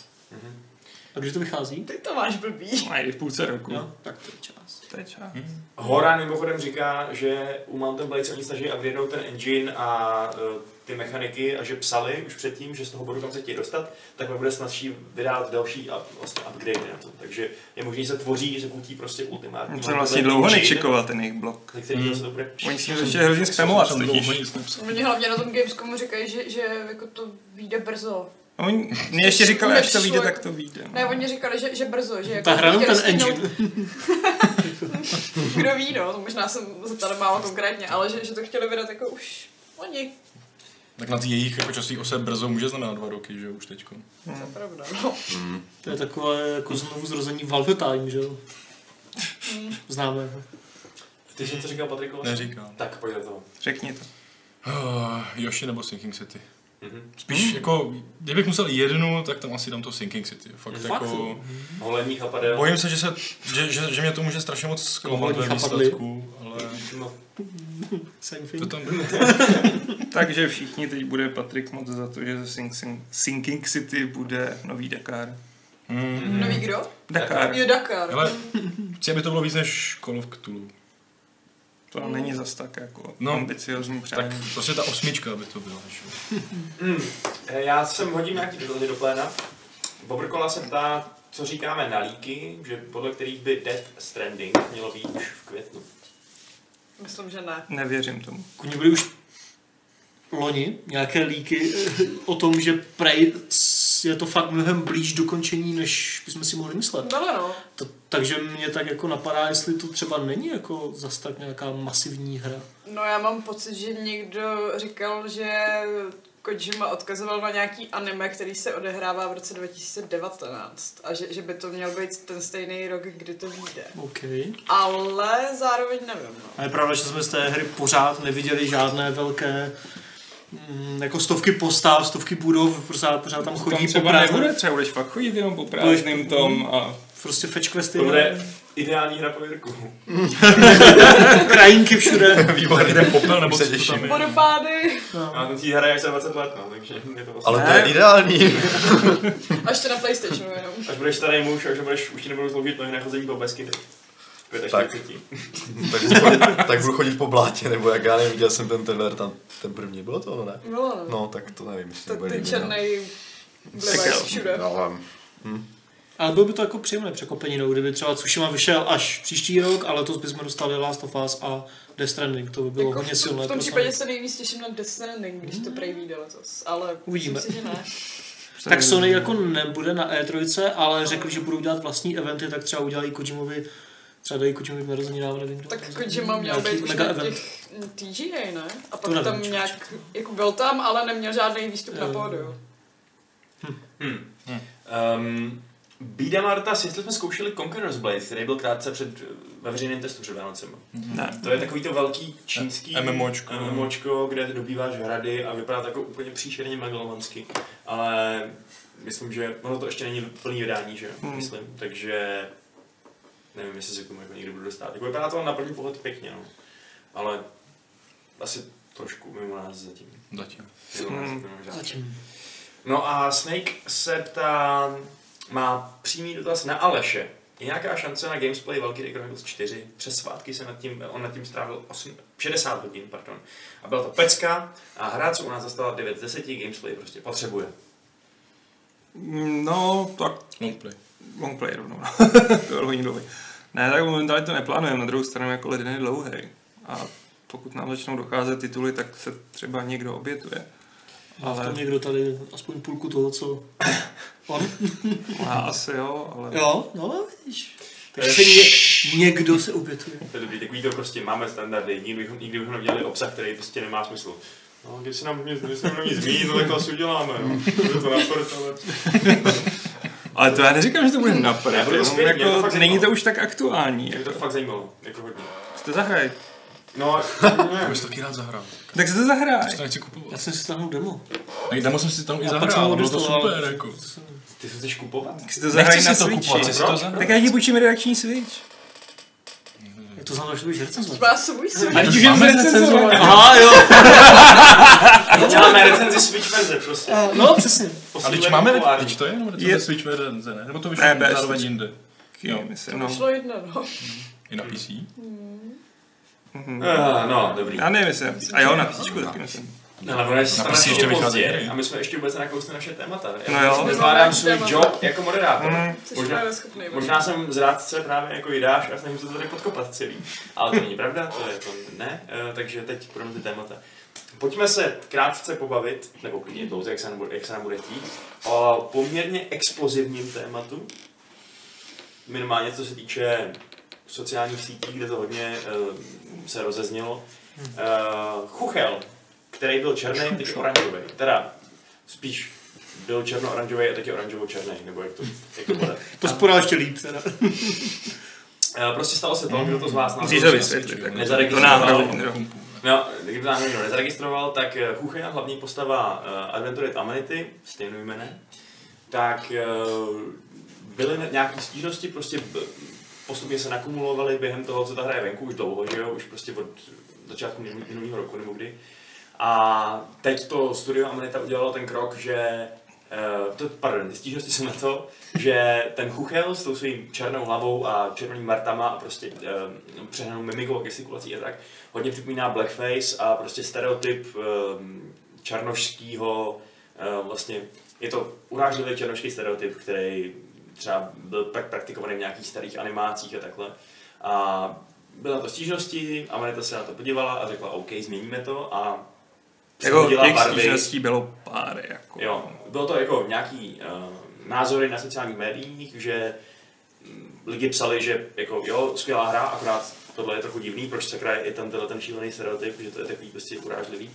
A když to vychází? Ty to máš blbý. Má i v půlce roku. No. Jo, tak to je čas. To je čas. Mhm. Horan mimochodem říká, že u Mountain Blade se oni snaží upgradeout ten engine a eh, ty mechaniky a že psali už předtím, že z toho bodu, kam se chtějí dostat, tak pak bude snazší vydat další up, vlastně upgrade na to. Takže je možný, že se tvoří, že se půjčí prostě ultimátní. On jsem Mountain vlastně Blade dlouho engine, nečekoval ten jejich blok. ze kterého se to bude Oni si začali hrozně spamovat jsem totiž. dlouho No nic nepsal. Oni hlavně na tom Gamescomu říkají, že, že jako to vyjde brzo. A On mě ještě říkal, až to vyjde, Nepřišlo tak to vyjde. no. Ne, oni říkali, že, že brzo, že jako Ta hra jenom chtěli ten stihnout- engine. <laughs> Kdo ví, no, to možná jsem zeptala málo konkrétně, ale že, že to chtěli vydat jako už oni. Tak na ty jejich jako časový ose brzo může znamenat dva roky, že jo, už teďko. To je pravda, no. To je takové jako znovu zrození Valve Time, že jo? Známe. Ty jsi něco říkal, Patriku? Neříkal. Tak pojď do toho. Řekni to. Ah, Yoshi nebo Sinking City. Mhm. Spíš jako, kdybych musel jednu, tak tam asi dám to Sinking City. Fakt, Fakt, jo? jako, Holení chapadel. Bojím se, že, se že, že, že, mě to může strašně moc zklamat ve Holení chapadly. výsledku, ale No, Same to thing. tam bylo. Takže všichni teď bude Patrik moc za to, že ze Sing Sing, Sinking City bude nový Dakar. Mm. Nový kdo? Dakar. Jo, Dakar. Ale chci, aby to bylo víc než Call of Cthulhu. To není zas tak jako No, ambiciozní Tak přání. <laughs> prostě ta osmička by to byla. Že? jo. Eh, Já jsem hodím nějaký dotazy do pléna. Bobrkola se ptá, co říkáme na líky, že podle kterých by Death Stranding mělo být už v květnu. Myslím, že ne. Nevěřím tomu. Kuni byly už loni nějaké líky eh, o tom, že Prey s- je to fakt mnohem blíž dokončení, než bychom si mohli myslet. Bylo no. To, takže mě tak jako napadá, jestli to třeba není jako zas tak nějaká masivní hra. No já mám pocit, že někdo říkal, že Kojima odkazoval na nějaký anime, který se odehrává v roce 2019 a že, že by to měl být ten stejný rok, kdy to vyjde. OK. Ale zároveň nevím, no. A je pravda, že jsme z té hry pořád neviděli žádné velké mm, jako stovky postav, stovky budov, pořád, pořád tam chodí tam po třeba nebude, prázdném. třeba budeš fakt chodit jenom po no. prázdném tom a Prostě fetch To questy, Hmm. bude ideální hra pro Jirku. krajinky <laughs> všude. Výborný. Ten popel nebo Se co to tam těším. je. Podopády! A ten si hraje až za 20 let, no, takže je to vlastně. No. Ale to je ideální. <laughs> A ještě na Playstationu jenom. Až budeš starý muž, až budeš, už ti nebudou sloužit nohy na chození po beskydy. Tak. 45. tak, budu chodit, tak budu chodit po blátě, nebo jak já nevím, viděl jsem ten trailer, tam ten první, bylo to ono, ne? Bylo no. No, tak to nevím, jestli to To bude ten líbit, no. černý Tak blivek jo. všude. No, Já vím. Ale bylo by to jako příjemné překvapení, no, kdyby třeba Tsushima vyšel až příští rok, ale to bychom dostali Last of Us a Death Stranding, to by bylo Jako hodně v- silné. V tom pro případě Sony. se nejvíc těším na Death Stranding, když to prej vyjde letos, ale Uvidíme. myslím si, že ne. Tak Sony jako nebude na E3, ale řekli, že budou dělat vlastní eventy, tak třeba udělají Kojimovi třeba dají Kojimovi narozený návrh. Tak Kojima měl Nějaký být už mega na event. těch TGA, ne? A To pak nevím, Eh. tam či- nějak, jako byl tam, ale neměl žádný výstup na Jo. pódiu. Hmm. Um, Bída Marta, si jestli jsme zkoušeli Conqueror's Blade, který byl krátce před eh, ve veřejném testu před Vánocem. Ne. To je takový to velký čínský MMOčko. MMOčko kde dobýváš hrady a vypadá to jako úplně příšerně megalomansky. Ale myslím, že ono to ještě není plný vydání, že jo? Hmm. Myslím, takže nevím, jestli se k tomu jako někdy budu dostat. Jako vypadá to na první pohled pěkně, no. Ale asi trošku mimo nás zatím. Zatím. Mimo nás, Hmm. mimo žádný. Zatím. No a Snake se ptá, má přímý dotaz na Aleše. Je nějaká šance na gameplay Valkyrie Chronicles 4? Přes svátky se nad tím, on nad tím strávil 8, 60 hodin, pardon. A byla to pecka a hra, co u nás zastala 9 z 10, gameplay prostě potřebuje. No, tak Longplay. longplay rovnou. no. <laughs> to bylo hodně dlouhý. Ne, tak momentálně to neplánujeme, na druhou stranu jako leden je dlouhý. A pokud nám začnou docházet tituly, tak se třeba někdo obětuje. Ale... V Ale- tom někdo tady aspoň půlku toho, co on. Já asi jo, ale... Jo, no vidíš. Takže se ně... někdo se obětuje. To je dobrý, takový to prostě máme standardy, nikdy bychom, nikdy bychom neudělali obsah, který prostě nemá smysl. No, když se nám nic, když se nám nic zmíní, no, tak to asi uděláme, no. Bude to na prd, ale... Ale to já neříkám, že to bude na prd, Ne, bude to jenom skvělý, mě to jako, fakt není to zajímalo. už tak aktuální. Mě Jako, to fakt zajímalo, jako hodně. to zahraj. No, <laughs> Já ne, bych to taky rád zahrál. Tak si to zahraj. Já to nechci Já kupovat. jsem si stáhnul demo. A demo jsem si tam i Já pak jsem zahrál, ho bylo to odinstaloval. super, jako. ty se chceš kupovat? Tak si to Nechci zahraj na si to Switchi. kupovat, chci si to Proč? zahrát. Tak já ti půjčím redakční Switch. Je to znamená, že to budeš hercem zle. Má svůj svůj. Ale už máme recenzovat. Aha, jo. Děláme recenzi Switch verze prostě. No, přesně. A Posílíme teď máme, populární. teď to je, nebo to Je- je Switch verze, ne? Nebo to vyšlo Ne, bez zároveň Switch. jinde? Jo, Myslím, no. Šlo jedno, no. i na PC. Mhm. Ah, No, dobrý. Já nevím, jestli. A jo, na písničku taky myslím. No, ale ono je Na stane prostě ještě ještě vychází pozdě hry. a my jsme ještě vůbec nenakousli naše témata. No Já jo. vůbec nezvládám svůj Témata. job jako moderátor. Mm. Což Možná- no. možná, právě schopný. Možná jsem zrádce právě jako jidáš a snažím se to tady podkopat celý. Ale to není pravda, to je to ne. Eh, takže teď půjdeme ty témata. Pojďme se krátce pobavit, nebo klidně dlouze, jak se nám bude, jak se nám bude chtít, o poměrně explozivním tématu. Minimálně co se týče sociálních sítí, kde to hodně eh, se rozeznělo. Eh, chuchel, který byl černý, teď je oranžový. Teda spíš byl černo-oranžový a teď je oranžovo-černý, nebo jak to, jak to bude. To spodá ještě líp teda. Eh, prostě stalo se to, kdo to z vás na Musíš to vysvětlit. jako. To nezaregistroval. náhodou. Jako- jo. No, kdyby to náhodou někdo nezaregistroval, tak eh, Chuchena, hlavní postava uh, Adventurit Amenity, stejným jménem, tak uh, byly na- nějaké stížnosti, prostě b- postupně se nakumulovaly během toho, co ta hra je venku už dlouho, že jo, už prostě od začátku minulý- minulého roku nebo kdy. A teď to studio Amenita udělalo ten krok, že eh, to, pardon, ty stížnosti jsou na to, že ten Chuchel s tou svým černou hlavou a červenými martama a prostě eh, přehnanou mimikou a gestikulací a tak, hodně připomíná blackface a prostě stereotyp eh, černošského eh, vlastně je to urážlivý černošký stereotyp, který třeba byl pra- praktikovaný v nějakých starých animácích a takhle. A byla to stížnosti, Amanita se na to podívala a řekla OK, změníme to a Jako přehodila těch stížností bylo pár, jako. Jo, bylo to jako nějaký uh, názory na sociálních médiích, že mm, lidi psali, že jako jo, skvělá hra, akorát tohle je trochu divný, proč se kraje i tam tenhle ten šílený stereotyp, že to je takový prostě urážlivý.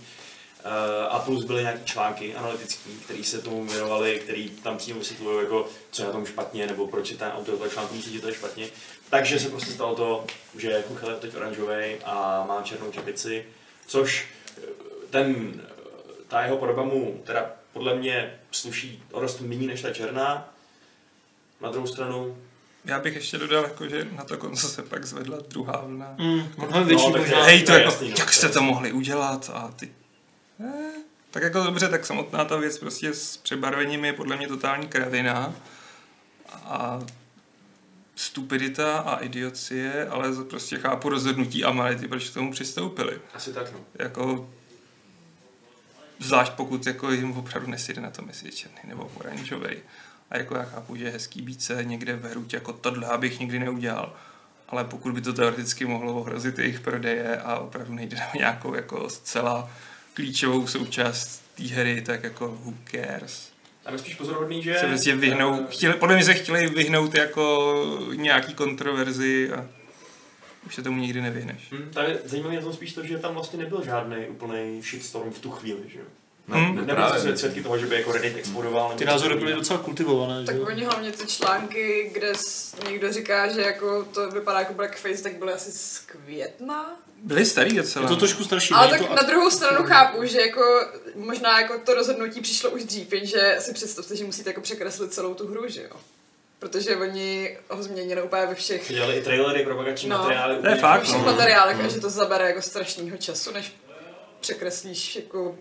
Uh, a plus byly nějaký články analytický, který se tomu věnovali, který tam přímo vysvětlují, jako, co je na tom špatně, nebo proč je ten autor toho článku myslí, že to je špatně. Takže se prostě stalo to, že Kuchel je teď oranžový a má černou čepici, což eh, ten ta jeho podoba mu teda podle mě sluší o dost méně než ta černá. Na druhou stranu, Já bych ještě dodal, jako, že na to konce se pak zvedla druhá vlna. Mm, mnohem větší No, tak možná. já- Hej, to no, jako, jasný, no, jak to jste je to mohli udělat a ty... Eh, tak jako dobře, tak samotná ta věc prostě s přebarvením je podle mě totální kravina a stupidita a idiocie, ale za- prostě chápu rozhodnutí Amality, proč k tomu přistoupili. asi tak no. Jako zvlášť pokud jako jim opravdu nesjede na tom, jestli je černý nebo oranžový. A jako já chápu, že je hezký být se někde v hrutě, jako tohle abych nikdy neudělal. Ale pokud by to teoreticky mohlo ohrozit jejich prodeje a opravdu nejde na nějakou jako zcela klíčovou součást té hry, tak jako who cares. Tam je spíš pozoruhodný, že... Eh, Se prostě vyhnou, chtěli, podle mě se chtěli vyhnout jako nějaký kontroverzi a už se tomu nikdy nevyhneš. Hm, tam je zajímavé na tom spíš to, že tam vlastně nebyl žádný úplný shitstorm v tu chvíli, že jo. Hm? Ne, Nebyli jsme právě. svědky toho, že by jako Reddit explodoval. nebo Ty něco názory byly podobného. docela kultivované, že Tak jo? oni hlavně ty články, kde s- někdo říká, že jako to vypadá jako blackface, tak byly asi z května. Byli starý Je docela. to trošku starší. Ale není to tak a- na druhou stranu chápu, že jako možná jako to rozhodnutí přišlo už dřív, jenže si představte, že musíte jako překreslit celou tu hru, že jo? Protože oni ho změnili úplně ve všech Dělali i trailery, propagační No. materiály. To je úplně- fakt, všech no. materiálech Hmm. a že to zabere jako strašného času, než překreslíš jako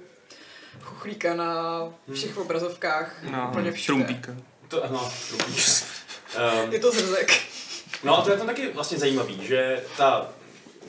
chuchlíka na všech Hmm. obrazovkách. No, úplně všude. Trumpíka. To, no, dobrý. <laughs> Ehm, Je to zrzek. No a to je tam taky vlastně zajímavý, že ta,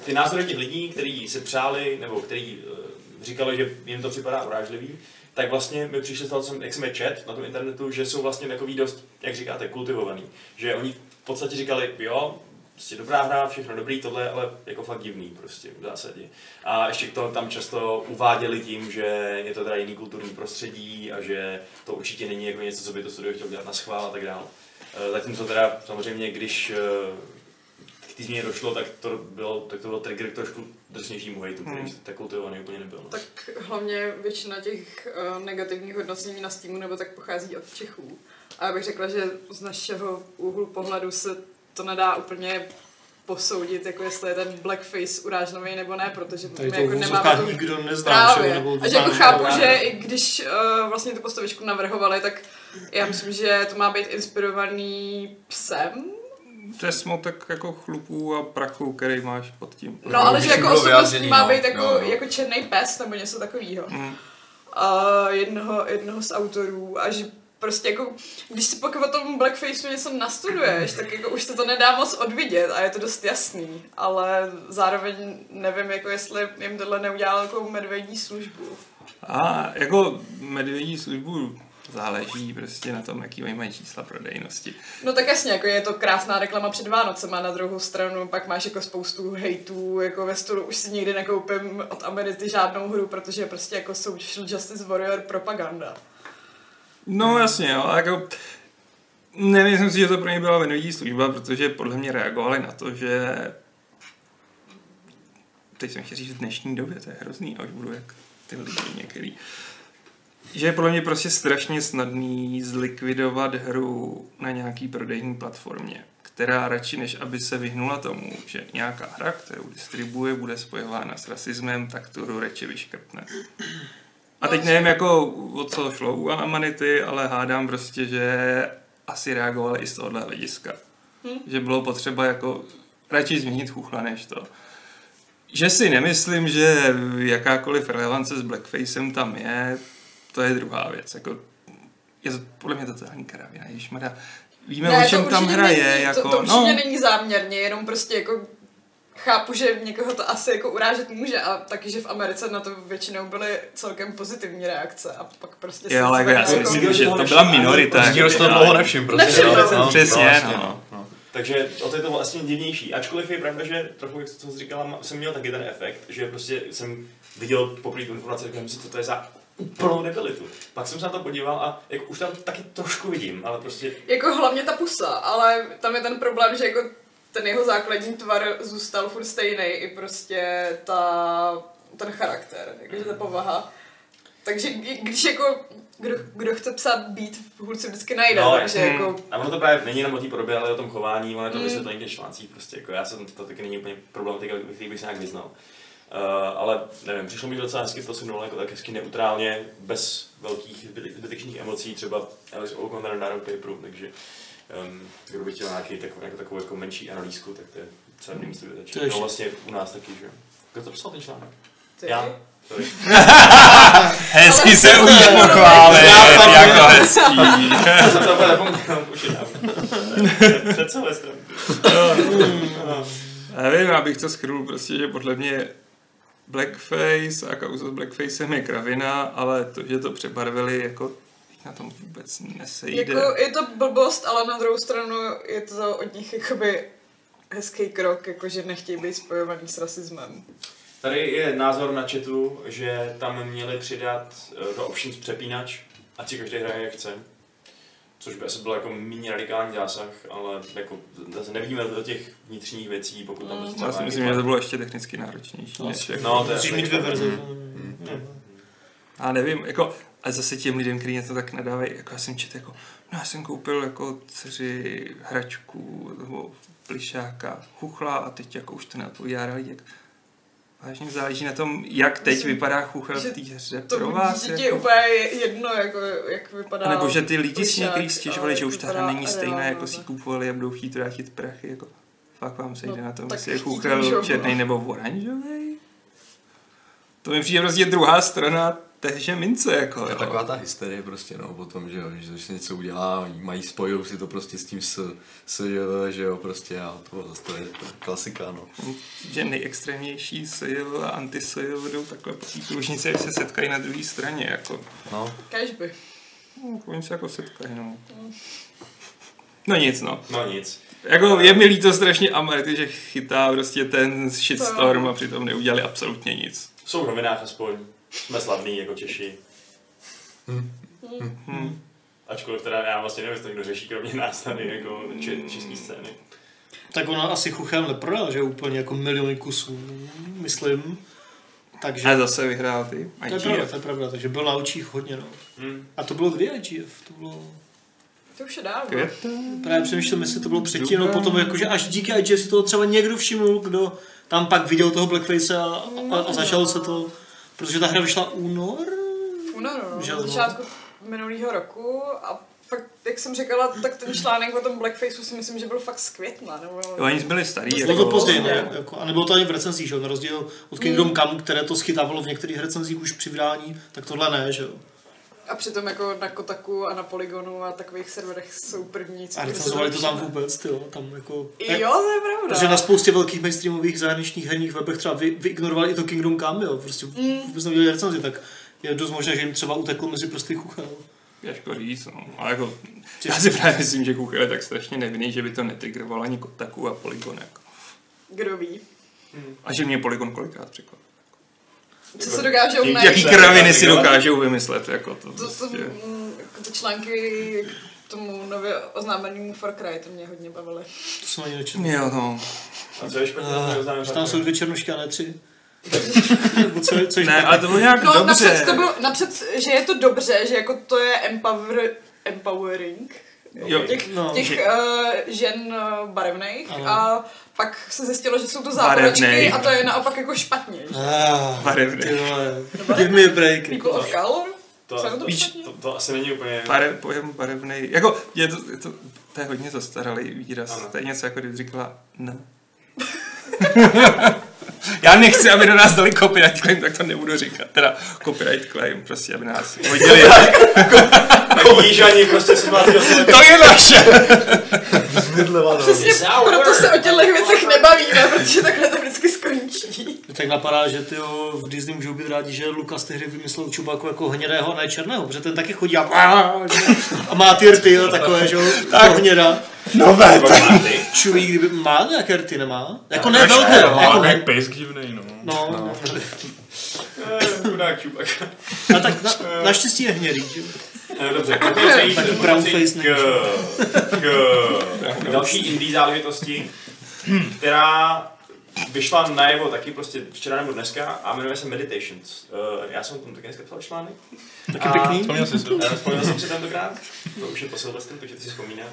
ty názory těch lidí, kteří si přáli, nebo kteří uh, říkali, že jim to připadá urážlivý, tak vlastně mi přišli z toho, co jsem- jak jsem je čet na tom internetu, že jsou vlastně takový dost, jak říkáte, kultivovaný. Že oni v podstatě říkali, jo, prostě dobrá hra, všechno dobrý, tohle je ale jako fakt divný prostě v zásadě. A ještě to tam často uváděli tím, že je to teda jiný kulturní prostředí a že to určitě není jako něco, co by to studio chtělo dělat na schvál a tak dále. Eh, Zatímco teda samozřejmě, když eh, k té změně došlo, tak to bylo, tak to bylo trigger k trošku drsnějšímu hejtu, který Hmm. hmm. tak kultivovaný úplně nebyl. no. Tak hlavně většina těch eh, negativních hodnocení na Steamu nebo tak pochází od Čechů. A já bych řekla, že z našeho úhlu pohledu se to nedá úplně posoudit, jako jestli je ten blackface urážlivý nebo ne, protože Tady potom to jako v nemáme úzovkách tu nikdo nezná, že jo? Právě. Nebo A že zná, jako že chápu, jo? že i když uh, vlastně tu postavičku navrhovali, tak já myslím, že to má být inspirovaný psem. To je smotek jako chlupů a prachu, který máš pod tím. No, ale že myslím, jako bylo osobností vyjádření, má no. být jako, Jo, jo. jako černý pes nebo něco takového. Mm. Uh, jednoho, jednoho z autorů a že prostě jako, když si pak o tom blackfaceu něco nastuduješ, tak jako už se to nedá moc odvidět a je to dost jasný, ale zároveň nevím, jako jestli jim tohle neudělal jako medvědí službu. A jako medvědí službu záleží prostě na tom, jaký oni mají čísla prodejnosti. No tak jasně, jako je to krásná reklama před Vánocem a na druhou stranu pak máš jako spoustu hejtů, jako ve stylu už si nikdy nekoupím od Amerity žádnou hru, protože je prostě jako social justice warrior propaganda. No jasně, jo, ale jako nemyslím si, že to pro ně byla medvědí služba, protože podle mě reagovali na to, že teď jsem chtěl říct v dnešní době, to je hrozný, a už budu jak ty lidi některý. Že je podle mě prostě strašně snadný zlikvidovat hru na nějaký prodejní platformě, která radši než aby se vyhnula tomu, že nějaká hra, kterou distribuje, bude spojována s rasismem, tak tu hru radši vyškrtne. A teď nevím, jako o co šlo u Anamanity, ale hádám prostě, že asi reagovali i z tohohle hlediska. Hmm. Že bylo potřeba jako radši změnit chuchla než to. Že si nemyslím, že jakákoliv relevance s blackfacem tam je, to je druhá věc. Jako, je to podle mě totální kravina, ježišmarja. Víme, ne, o čem tam hraje. není, jako, to, to určitě no, není záměrně, jenom prostě jako chápu, že někoho to asi jako urážet může a taky, že v Americe na to většinou byly celkem pozitivní reakce a pak prostě Jo, ale jako já si zvedlo myslím, jako- že to byla minorita. jako Rozdíl z toho reálně. dlouho nevšim, prostě. Nevšiml no, jsem. no, Přesně, vlastně, no. no. Takže o to je to vlastně divnější. Ačkoliv je pravda, že trochu, jak jsem říkala, má- jsem měl taky ten efekt, že prostě jsem viděl poprvé tu informaci, říkám si, co to je za úplnou debilitu. Pak jsem se na to podíval a jako už tam taky trošku vidím, ale prostě Jako hlavně ta pusa, ale tam je ten problém, že jako ten jeho základní tvar zůstal furt stejný i prostě ta, ten charakter, jakože ta povaha. Takže i když jako kdo, kdo chce psát být, hůl si vždycky najde, No, no, takže hmm. jako A ono to právě není jenom o té podobě, ale o tom chování, ono je to Mm. vysvětlení v těch článcích, prostě jako já jsem, to taky není úplně problematika, ve který bych se nějak vyznal. Uh, ale nevím, přišlo mi to docela hezky to sunulo, jako tak hezky neutrálně, bez velkých zbyte- zbytečných emocí, třeba Alice O'Connor na Rock Paperu, takže um, kdo by chtěl nějaký tak, jako takovou jako menší analýzku, tak to je celý nemusí To vytačit. je No ještě- vlastně u nás taky, že jo. Kdo to psal ten článek? ty. Já. Sorry. <laughs> Hezky Ale- se umíš pochválit, jako hezký. Já jsem to úplně zapomněl, už je <laughs> dávno. Před Silvestrem. Nevím, já bych to schrnul prostě, že podle mě Blackface a kauza s Blackfacem je kravina, ale to, že to přebarvili, jako na tom vůbec nesejde. Jako je to blbost, ale na druhou stranu je to od nich jakoby hezký krok, jakože nechtějí být spojovaný s rasismem. Tady je názor na chatu, že tam měli přidat eh, do options přepínač, ať si každý hraje jak chce. Což by asi byl jako méně radikální zásah, ale jako zase nevidíme do těch vnitřních věcí, pokud tam Mm. prostě Já si nějaký myslím, tlak. že to bylo ještě technicky náročnější. Než jako. No, to je Musíš mít taky dvě pravda. verze. Já nevím, jako, a zase těm lidem, kteří něco tak nadávají, jako já jsem čet, jako, no já jsem koupil jako dceři hračku nebo plišáka chuchla a teď jako už to neodpovídá realitě. Vážně záleží na tom, jak teď Myslím, vypadá chuchel že v té hře To pro vás. dítě je jako. úplně jedno, jako, jak vypadá. A nebo že ty lidi si plišák, někdy stěžovali, ale že už ta hra vypadá není stejná, reálně, jako si ne? ji kupovali a budou chtít vrátit prachy. Jako. Fakt vám sejde No, na tom, tak jestli je chtít můžou, kuchel no. černý nebo oranžový. To mi přijde prostě druhá strana téže mince. Jako, To je jo. taková ta hysterie prostě, no, potom, že jo, že se něco udělá, oni mají, spojují si to prostě s tím s, s že, jo, že jo, prostě, a to bylo zase to je to je klasika, no. že nejextrémnější sil a antisil jdou takhle po té kružnici, jak se setkají na druhé straně. Jako. no. Kéž by. No, oni se jako setkají, no. No nic, no. No nic. Jako je mi líto strašně Amarity, že chytá prostě ten shitstorm No. a přitom neudělali absolutně nic. Jsou v novinách aspoň. Jsme slavní jako Češi. Hm. Ačkoliv teda já vlastně nevím, jestli to někdo řeší, kromě nás tady, jako če- český scény. Tak ona asi chuchem neprodal, že úplně jako miliony kusů, myslím. Takže A zase vyhrál ty to je pravda, IGF. to je pravda, takže byl na očích hodně, no. Hm. A to bylo kdy IGF? To bylo... To už je dávno. Květen. Právě přemýšlím, jestli to bylo předtím, no Dobré. potom jakože až díky IGF si toho třeba někdo všiml, kdo tam pak viděl toho Blackface a, a, a začalo se to, protože ta hra vyšla únor? V únoru, no, Že na ano. začátku minulého roku a fakt, jak jsem říkala, tak ten článek o tom Blackfaceu si myslím, že byl fakt z května, nebo... Jo, Oni byli starý. Bylo to později, ne? Jako, a nebylo to ani v recenzích, že jo, na rozdíl od Kingdom Come, které to schytávalo v některých recenzích už při vydání, tak tohle ne, že jo. A přitom jako na Kotaku a na Polygonu a takových serverech jsou první, co A recenzovali to tam vůbec, ty jo, tam jako... Jo, no. to je pravda. Protože na spoustě velkých mainstreamových zahraničních herních webech třeba vy, vyignorovali i to Kingdom Come, jo, prostě vůbec neviděli recenzi, tak je dost možné, že jim třeba utekl mezi prsty no. kuchel. Těžko říct, no. Ale jako, já si právě myslím, že Kuchel je tak strašně nevinný, že by to netrigrovalo ani Kotaku a Polygon. Jako. Kdo ví. A že mě Polygon kolikrát překvapil. Co se dokáže Jaký- unajít. Jaký se kraviny nedá si dělat. dokážou vymyslet, jako to To, to, prostě. mm, jako ty články k tomu nově oznámenému Far Cry, to mě hodně bavily. To jsem ani nečetl. Jo, no. A co je špatně, Eh, to Ah, známe že tam jsou dvě černošky a ne <laughs> tři. Nebo co, je- co je Ne, ale špatně? to bylo nějak No, napřed, dobře. to bylo, napřed, že je to dobře, že jako to je empower, empowering Jo, těch, no. no, těch uh, žen eh, barevných Ano. a pak se zjistilo, že jsou to Barevnej. záporačky a to je naopak jako špatně. že? Ah, Barevný. Ty vole, give me a break. People of color? To, Jsou to to, špatně? to, to, asi není úplně... Bare, pojem barevný. Jako, je to, je to, to je hodně zastaralý výraz. Ano. To je něco, jako kdyby říkala ne. <laughs> Já nechci, aby do nás dali <laughs> copyright claim, tak to nebudu říkat. Teda copyright claim, prostě, aby nás hodili. jako jižani prostě 17. století. To je naše! Zmidleva, no. Přesně proto se o těchto věcech nebavíme, protože takhle to vždycky skončí. Mě tak napadá, že ty v Disney můžou být rádi, že Lukas tehdy vymyslel Čubáku jako hnědého, ne černého, protože ten taky chodí a, Ah, a má ty rty jo, takové, že jo, tak. hněda. Nové Čuví, kdyby má nějaké rty, nemá? Jako ne velké, no, jako jako ne. jak pejsk divnej, no. no. No, no. Chudák čupak. A tak na, naštěstí je hnědý, že jo. Eh, Dobře, pojďme přejít- Taky pojďme brown přejít face k, k další indie záležitosti, hm, která vyšla najevo taky prostě včera nebo dneska a jmenuje se Meditations. Eh, Já jsem o tom taky dneska psal článek. Taky A- pěkný. Vzpomněl jsi si to? Eh, Vzpomněl jsem si tentokrát, to už je po Silvestru, takže ty si vzpomínám.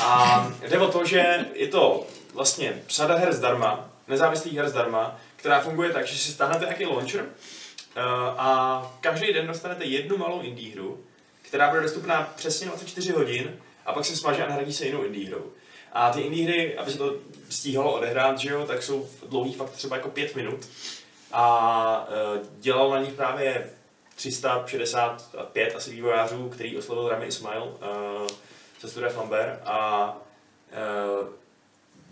A jde o to, že je to vlastně sada her zdarma, nezávislých her zdarma, která funguje tak, že si stáhnete nějaký launcher eh, a každý den dostanete jednu malou indie hru, která bude dostupná přesně 24 hodin a pak se smaže a nahradí se jinou indie hrou. A ty indie hry, aby se to stíhalo odehrát, že jo, tak jsou dlouhý fakt třeba jako pět minut. A eh, dělal na nich právě 365 asi vývojářů, který oslovil Rami Ismail uh, ze studia Flamber a uh,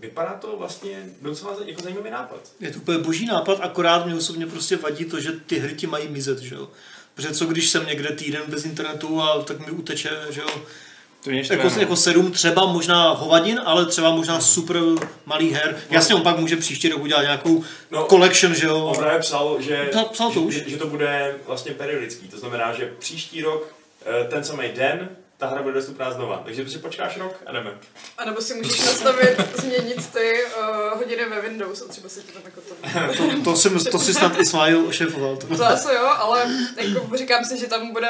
vypadá to vlastně docela jako zajímavý nápad. Je to úplně boží nápad, akorát mě osobně prostě vadí to, že ty hry ti mají mizet, že jo. Protože co když jsem někde týden bez internetu a tak mi uteče, že jo, To mě štve, jako, no. jako sedm třeba možná hovadin, ale třeba možná super malý her. Jasně, on pak může příští rok udělat nějakou No. collection, že jo. On právě psal, že, Ta- psal to že, už. Že, že to bude vlastně periodický, to znamená, že příští rok, eh, ten samý den, ta hra bude dostupná znova. Takže prostě počkáš rok a jdeme. A nebo si můžeš nastavit, změnit ty uh, hodiny ve Windows a třeba se ti tam jako to... To, to, jsem, to si snad Ismail ošefoval. To. To asi jo, ale jako říkám si, že tam bude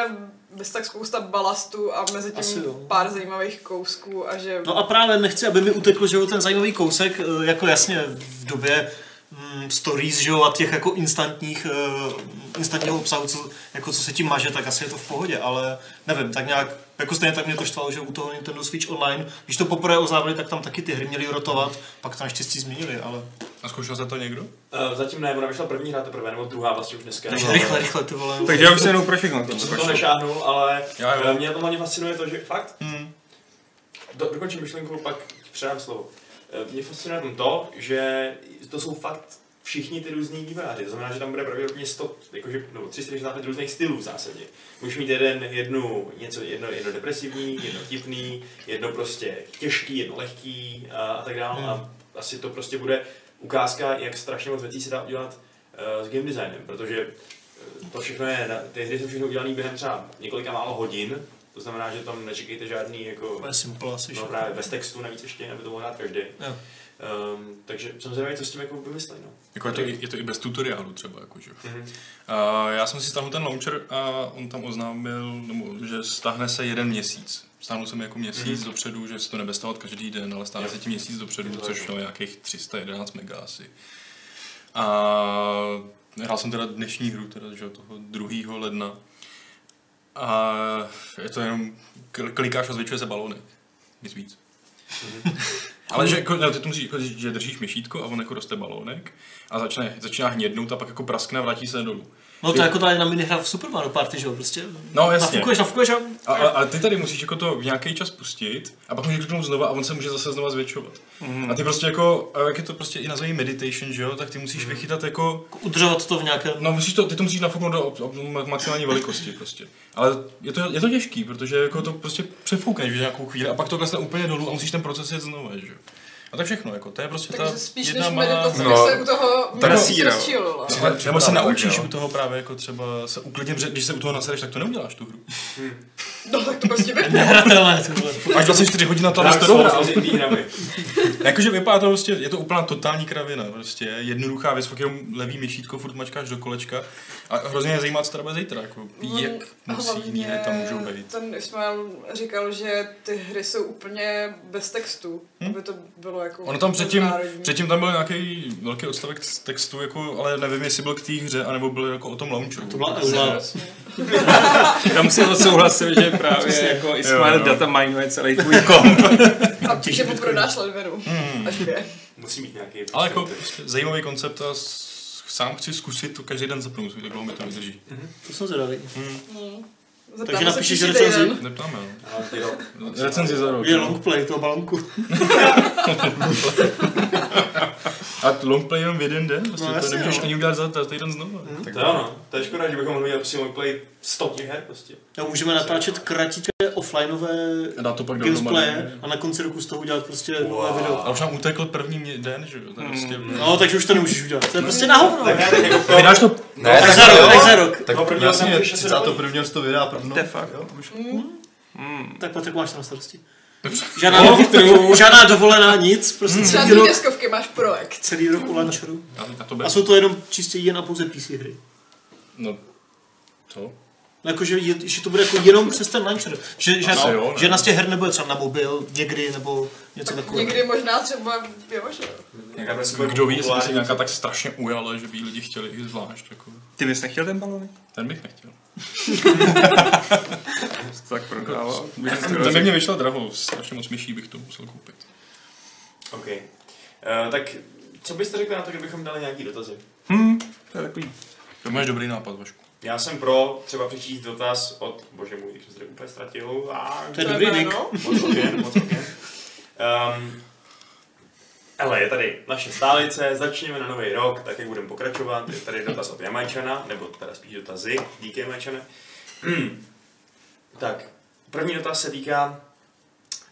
bez tak spousta balastu a mezi tím Asi jo. pár zajímavých kousků a že... No a právě nechci, aby mi utekl, že jo, ten zajímavý kousek, eh, jako jasně v době mm, stories, že jo, a těch jako instantních, eh, instantního obsahu, co, jako co se tím maže, tak asi je to v pohodě, ale nevím, tak nějak, jako stejně tak mě to štvalo, že u toho Nintendo Switch Online, když to poprvé oznámili, tak tam taky ty hry měly rotovat, pak to naštěstí změnili, ale A zkoušel se to někdo? Eh, Zatím ne, ona vyšla první hra teprve, nebo druhá vlastně už dneska. takže rychle, rychle ty vole. Takže já už se jenom prošvihnu. To jsem to nešáhnul, ale Jo, jo. eh, mě to hlavně fascinuje to, že fakt, do, dokončím myšlenku, pak ti předám slovo. Eh, Mě fascinuje tam to, že to jsou fakt všichni ty různí výváři. To znamená, že tam bude pravděpodobně 100, jakože, nebo 365 různých stylů v zásadě. Můžeš mít jeden, jednu, něco, jedno, jedno depresivní, jedno tipný, jedno prostě těžký, jedno lehký a, a tak dále. A asi to prostě bude ukázka, jak strašně moc věcí se dá udělat eh, s game designem, protože eh, to všechno je, na- ty hry jsou všechno udělané během třeba několika málo hodin, to znamená, že tam nečekejte žádný jako To je simple asi, že? No právě bez textu navíc ještě, aby to mohl hrát každý. Jo. Um, takže jsem zvědavý, co s tím jako vymyslej, no. Jako je, to, i- je to i bez tutoriálu třeba, jako, že? Mm-hmm. Mhm. Uh, já jsem si stáhnul ten launcher a on tam oznámil, nebo, že stáhne se jeden měsíc. Stáhnul jsem jako měsíc mm-hmm. dopředu, že se to nebude stávat každý den, ale stáhne Mhm. Jo. se ti měsíc dopředu, Je to což tak. mělo nějakých 311 mega asi. A hrál jsem teda dnešní hru, teda, že jo, toho 2. ledna. A je to jenom, kl- klikáš a zvětšuje se balónek. Nic víc. Ale že jako, ne, ty to musíš, jako, že držíš myšítko a on jako roste balónek a začne, začíná hnědnout a pak jako praskne a vrátí se dolů. No to je jako tady na minihra v Super Mario Party, že jo, prostě. No jasně. Nafukuješ, nafukuješ a... A, a, a ty tady musíš jako to v nějaký čas pustit a pak můžeš kliknout znova a on se může zase znova zvětšovat. Mm. A ty prostě jako, a jak je to prostě i nazvají meditation, že jo, tak ty musíš mm. vychytat jako, Udržovat to v nějakém... <laughs> no musíš to, ty to musíš nafouknout do ob, ob, ma- maximální velikosti prostě. Ale je to, je to těžký, protože jako to prostě přefoukneš v nějakou chvíli a pak to klesne úplně dolů a musíš ten proces jet znova, že jo. A to je všechno, jako, to je prostě ta Takže spíš než jedna malá... meditace, No. no, se u toho Trasíra. rozčilila. Ale nebo se Připadá tak, naučíš jo. u toho právě jako třeba se uklidně, protože když se u toho nasereš, tak to neuděláš tu hru. <laughs> No tak to prostě vypne. Nehratelné, to vole. Až 24 hodin na to, Dark abyste Souls to mezi indie hrami. Jakože vypadá to prostě, je to úplná totální kravina, prostě jednoduchá věc, fakt jenom levý myšítko furt mačkáš do kolečka a hrozně je zajímá, co tady bude zítra, jako No, On jak moc jiný hry tam můžou být. Ten Ismail říkal, že ty hry jsou úplně bez textu, hmm? aby to bylo jako... Ono tam předtím, národní. předtím tam byl nějaký velký odstavek z textu, jako, ale nevím, jestli byl k té hře, anebo byl jako o tom launchu. To byla Asi, Eula. vlastně. Tam jsem odsouhlasil, že právě jako Ismail jo. data minuje celý <laughs> tvůj komp. A že mu prodáš ledvinu. Až dvě. Musí mít nějaký... prostě <laughs> Ale jako ten- prostě zajímavý koncept a s- sám chci zkusit to každý den zapnout, tak dlouho mi to vydrží. To jsem zvědavý. Hmm. Zeptáme Takže se napíšeš příští recenzi. týden. Neptáme, no. Ale <laughs> ty jo. Recenzi za rok. Je no. longplay toho balonku. A t- longplay jenom v jeden den, prostě No, to jasně, nemůžeš no. Hm? ani udělat za za týden znovu. Hmm. To je ono. To je škoda, že bychom mohli dělat přímo play 100 těch her prostě. Jo, můžeme natáčet kratičké offlineové A dá to pak dohromady. gamesplaye a na konci roku z toho udělat prostě wow. nové Wow. video. A už nám utekl první mě- den, že jo? To je prostě... No, takže už to nemůžeš udělat. To je prostě na hovno. Tak já <laughs> tak jako pro... Vydáš to... No, Ne, Tak za rok, tak za rok. Tak No, no, prvního vlastně jasně, tam píše se 31. se to vydá prvnou. To je fakt. Jo, už. Tak Patrik máš to na starosti. Žádná, žádná dovolená nic, prostě celý Žádný rok, deskovky, máš projekt. celý rok u launcheru. A- A to bude... A jsou to jenom čistě jen a pouze PC hry. No... Co? No, jakože, je, že to bude jako jenom přes ten launcher. Že, že, Asi jo, ne. že na z těch her nebude třeba na mobil, někdy nebo něco takového. Někdy možná třeba, jo, že jo. Nějaká Kdo, kdo ví, jestli by se nějaká tak strašně ujala, že by ji lidi chtěli i zvlášť, jako... Ty bys nechtěl ten balonek? Ten bych nechtěl. To tak prodával. Ten by mě vyšel draho, strašně moc myší bych to musel koupit. OK. Eh, tak co byste řekli na to, kdybychom dali nějaký dotazy? Hm, to je takový. To máš dobrý nápad, Vašku. Já jsem pro třeba přečíst dotaz od, bože můj, jsem se tady úplně ztratil. A, To je dobrý nick. jméno. moc oken, moc oken. Um, ale je tady naše stálice, začněme na nový rok, tak jak budeme pokračovat. Je tady dotaz od Jamajčana, nebo teda spíš dotazy, díky Jamajčane. Hmm. tak, první dotaz se týká,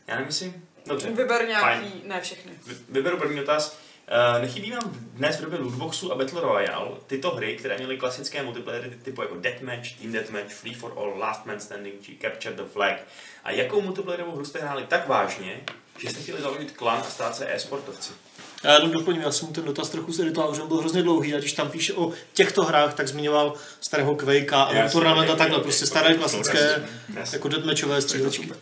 já nevím jestli, dobře, Vyber nějaký, ne všechny. Vy- Vyberu první dotaz. Eh, Nechybí vám dnes v době lootboxu a Battle Royale tyto hry, které měly klasické multiplayery typu jako Deathmatch, Team Deathmatch, Free for All, Last Man Standing či Capture the Flag? A jakou multiplayerovou hru jste hráli tak vážně, že jste chtěli založit klan a stát se e-sportovci? Já jenom doplním, já jsem ten dotaz trochu zeditoval, už on byl hrozně dlouhý a když tam píše o těchto hrách, tak zmiňoval starého Quakea Já a si- Tournament a ok, takhle, ok, prostě ok, staré ok, klasické, Yes. jako deathmatchové střílečky.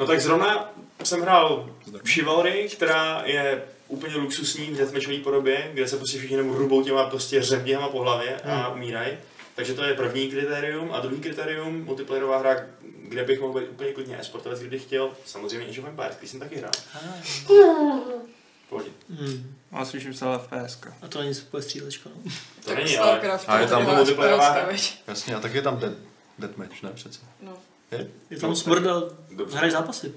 No tak zrovna jsem hrál Chivalry, která je úplně luxusní v deathmatchové podobě, kde se prostě všichni jenom hrubou těma prostě řeběma po hlavě Hmm. a umírají. Takže to je první kritérium. A druhý kritérium, multiplayerová hra, kde bych mohl být úplně klidně e-sportovec, kdybych chtěl. Samozřejmě Age of Empires, který jsem taky hrál. Pohodě. Hmm. A slyším celá FPS. A to není super střílečka. No. To není, ale... Starcraft, ale je tam to je multiplayerová prostě, hra. veď. Jasně, a tak je tam dead, deathmatch, ne přece? No. Je? Je tam smrd a Dobře. hraješ zápasy.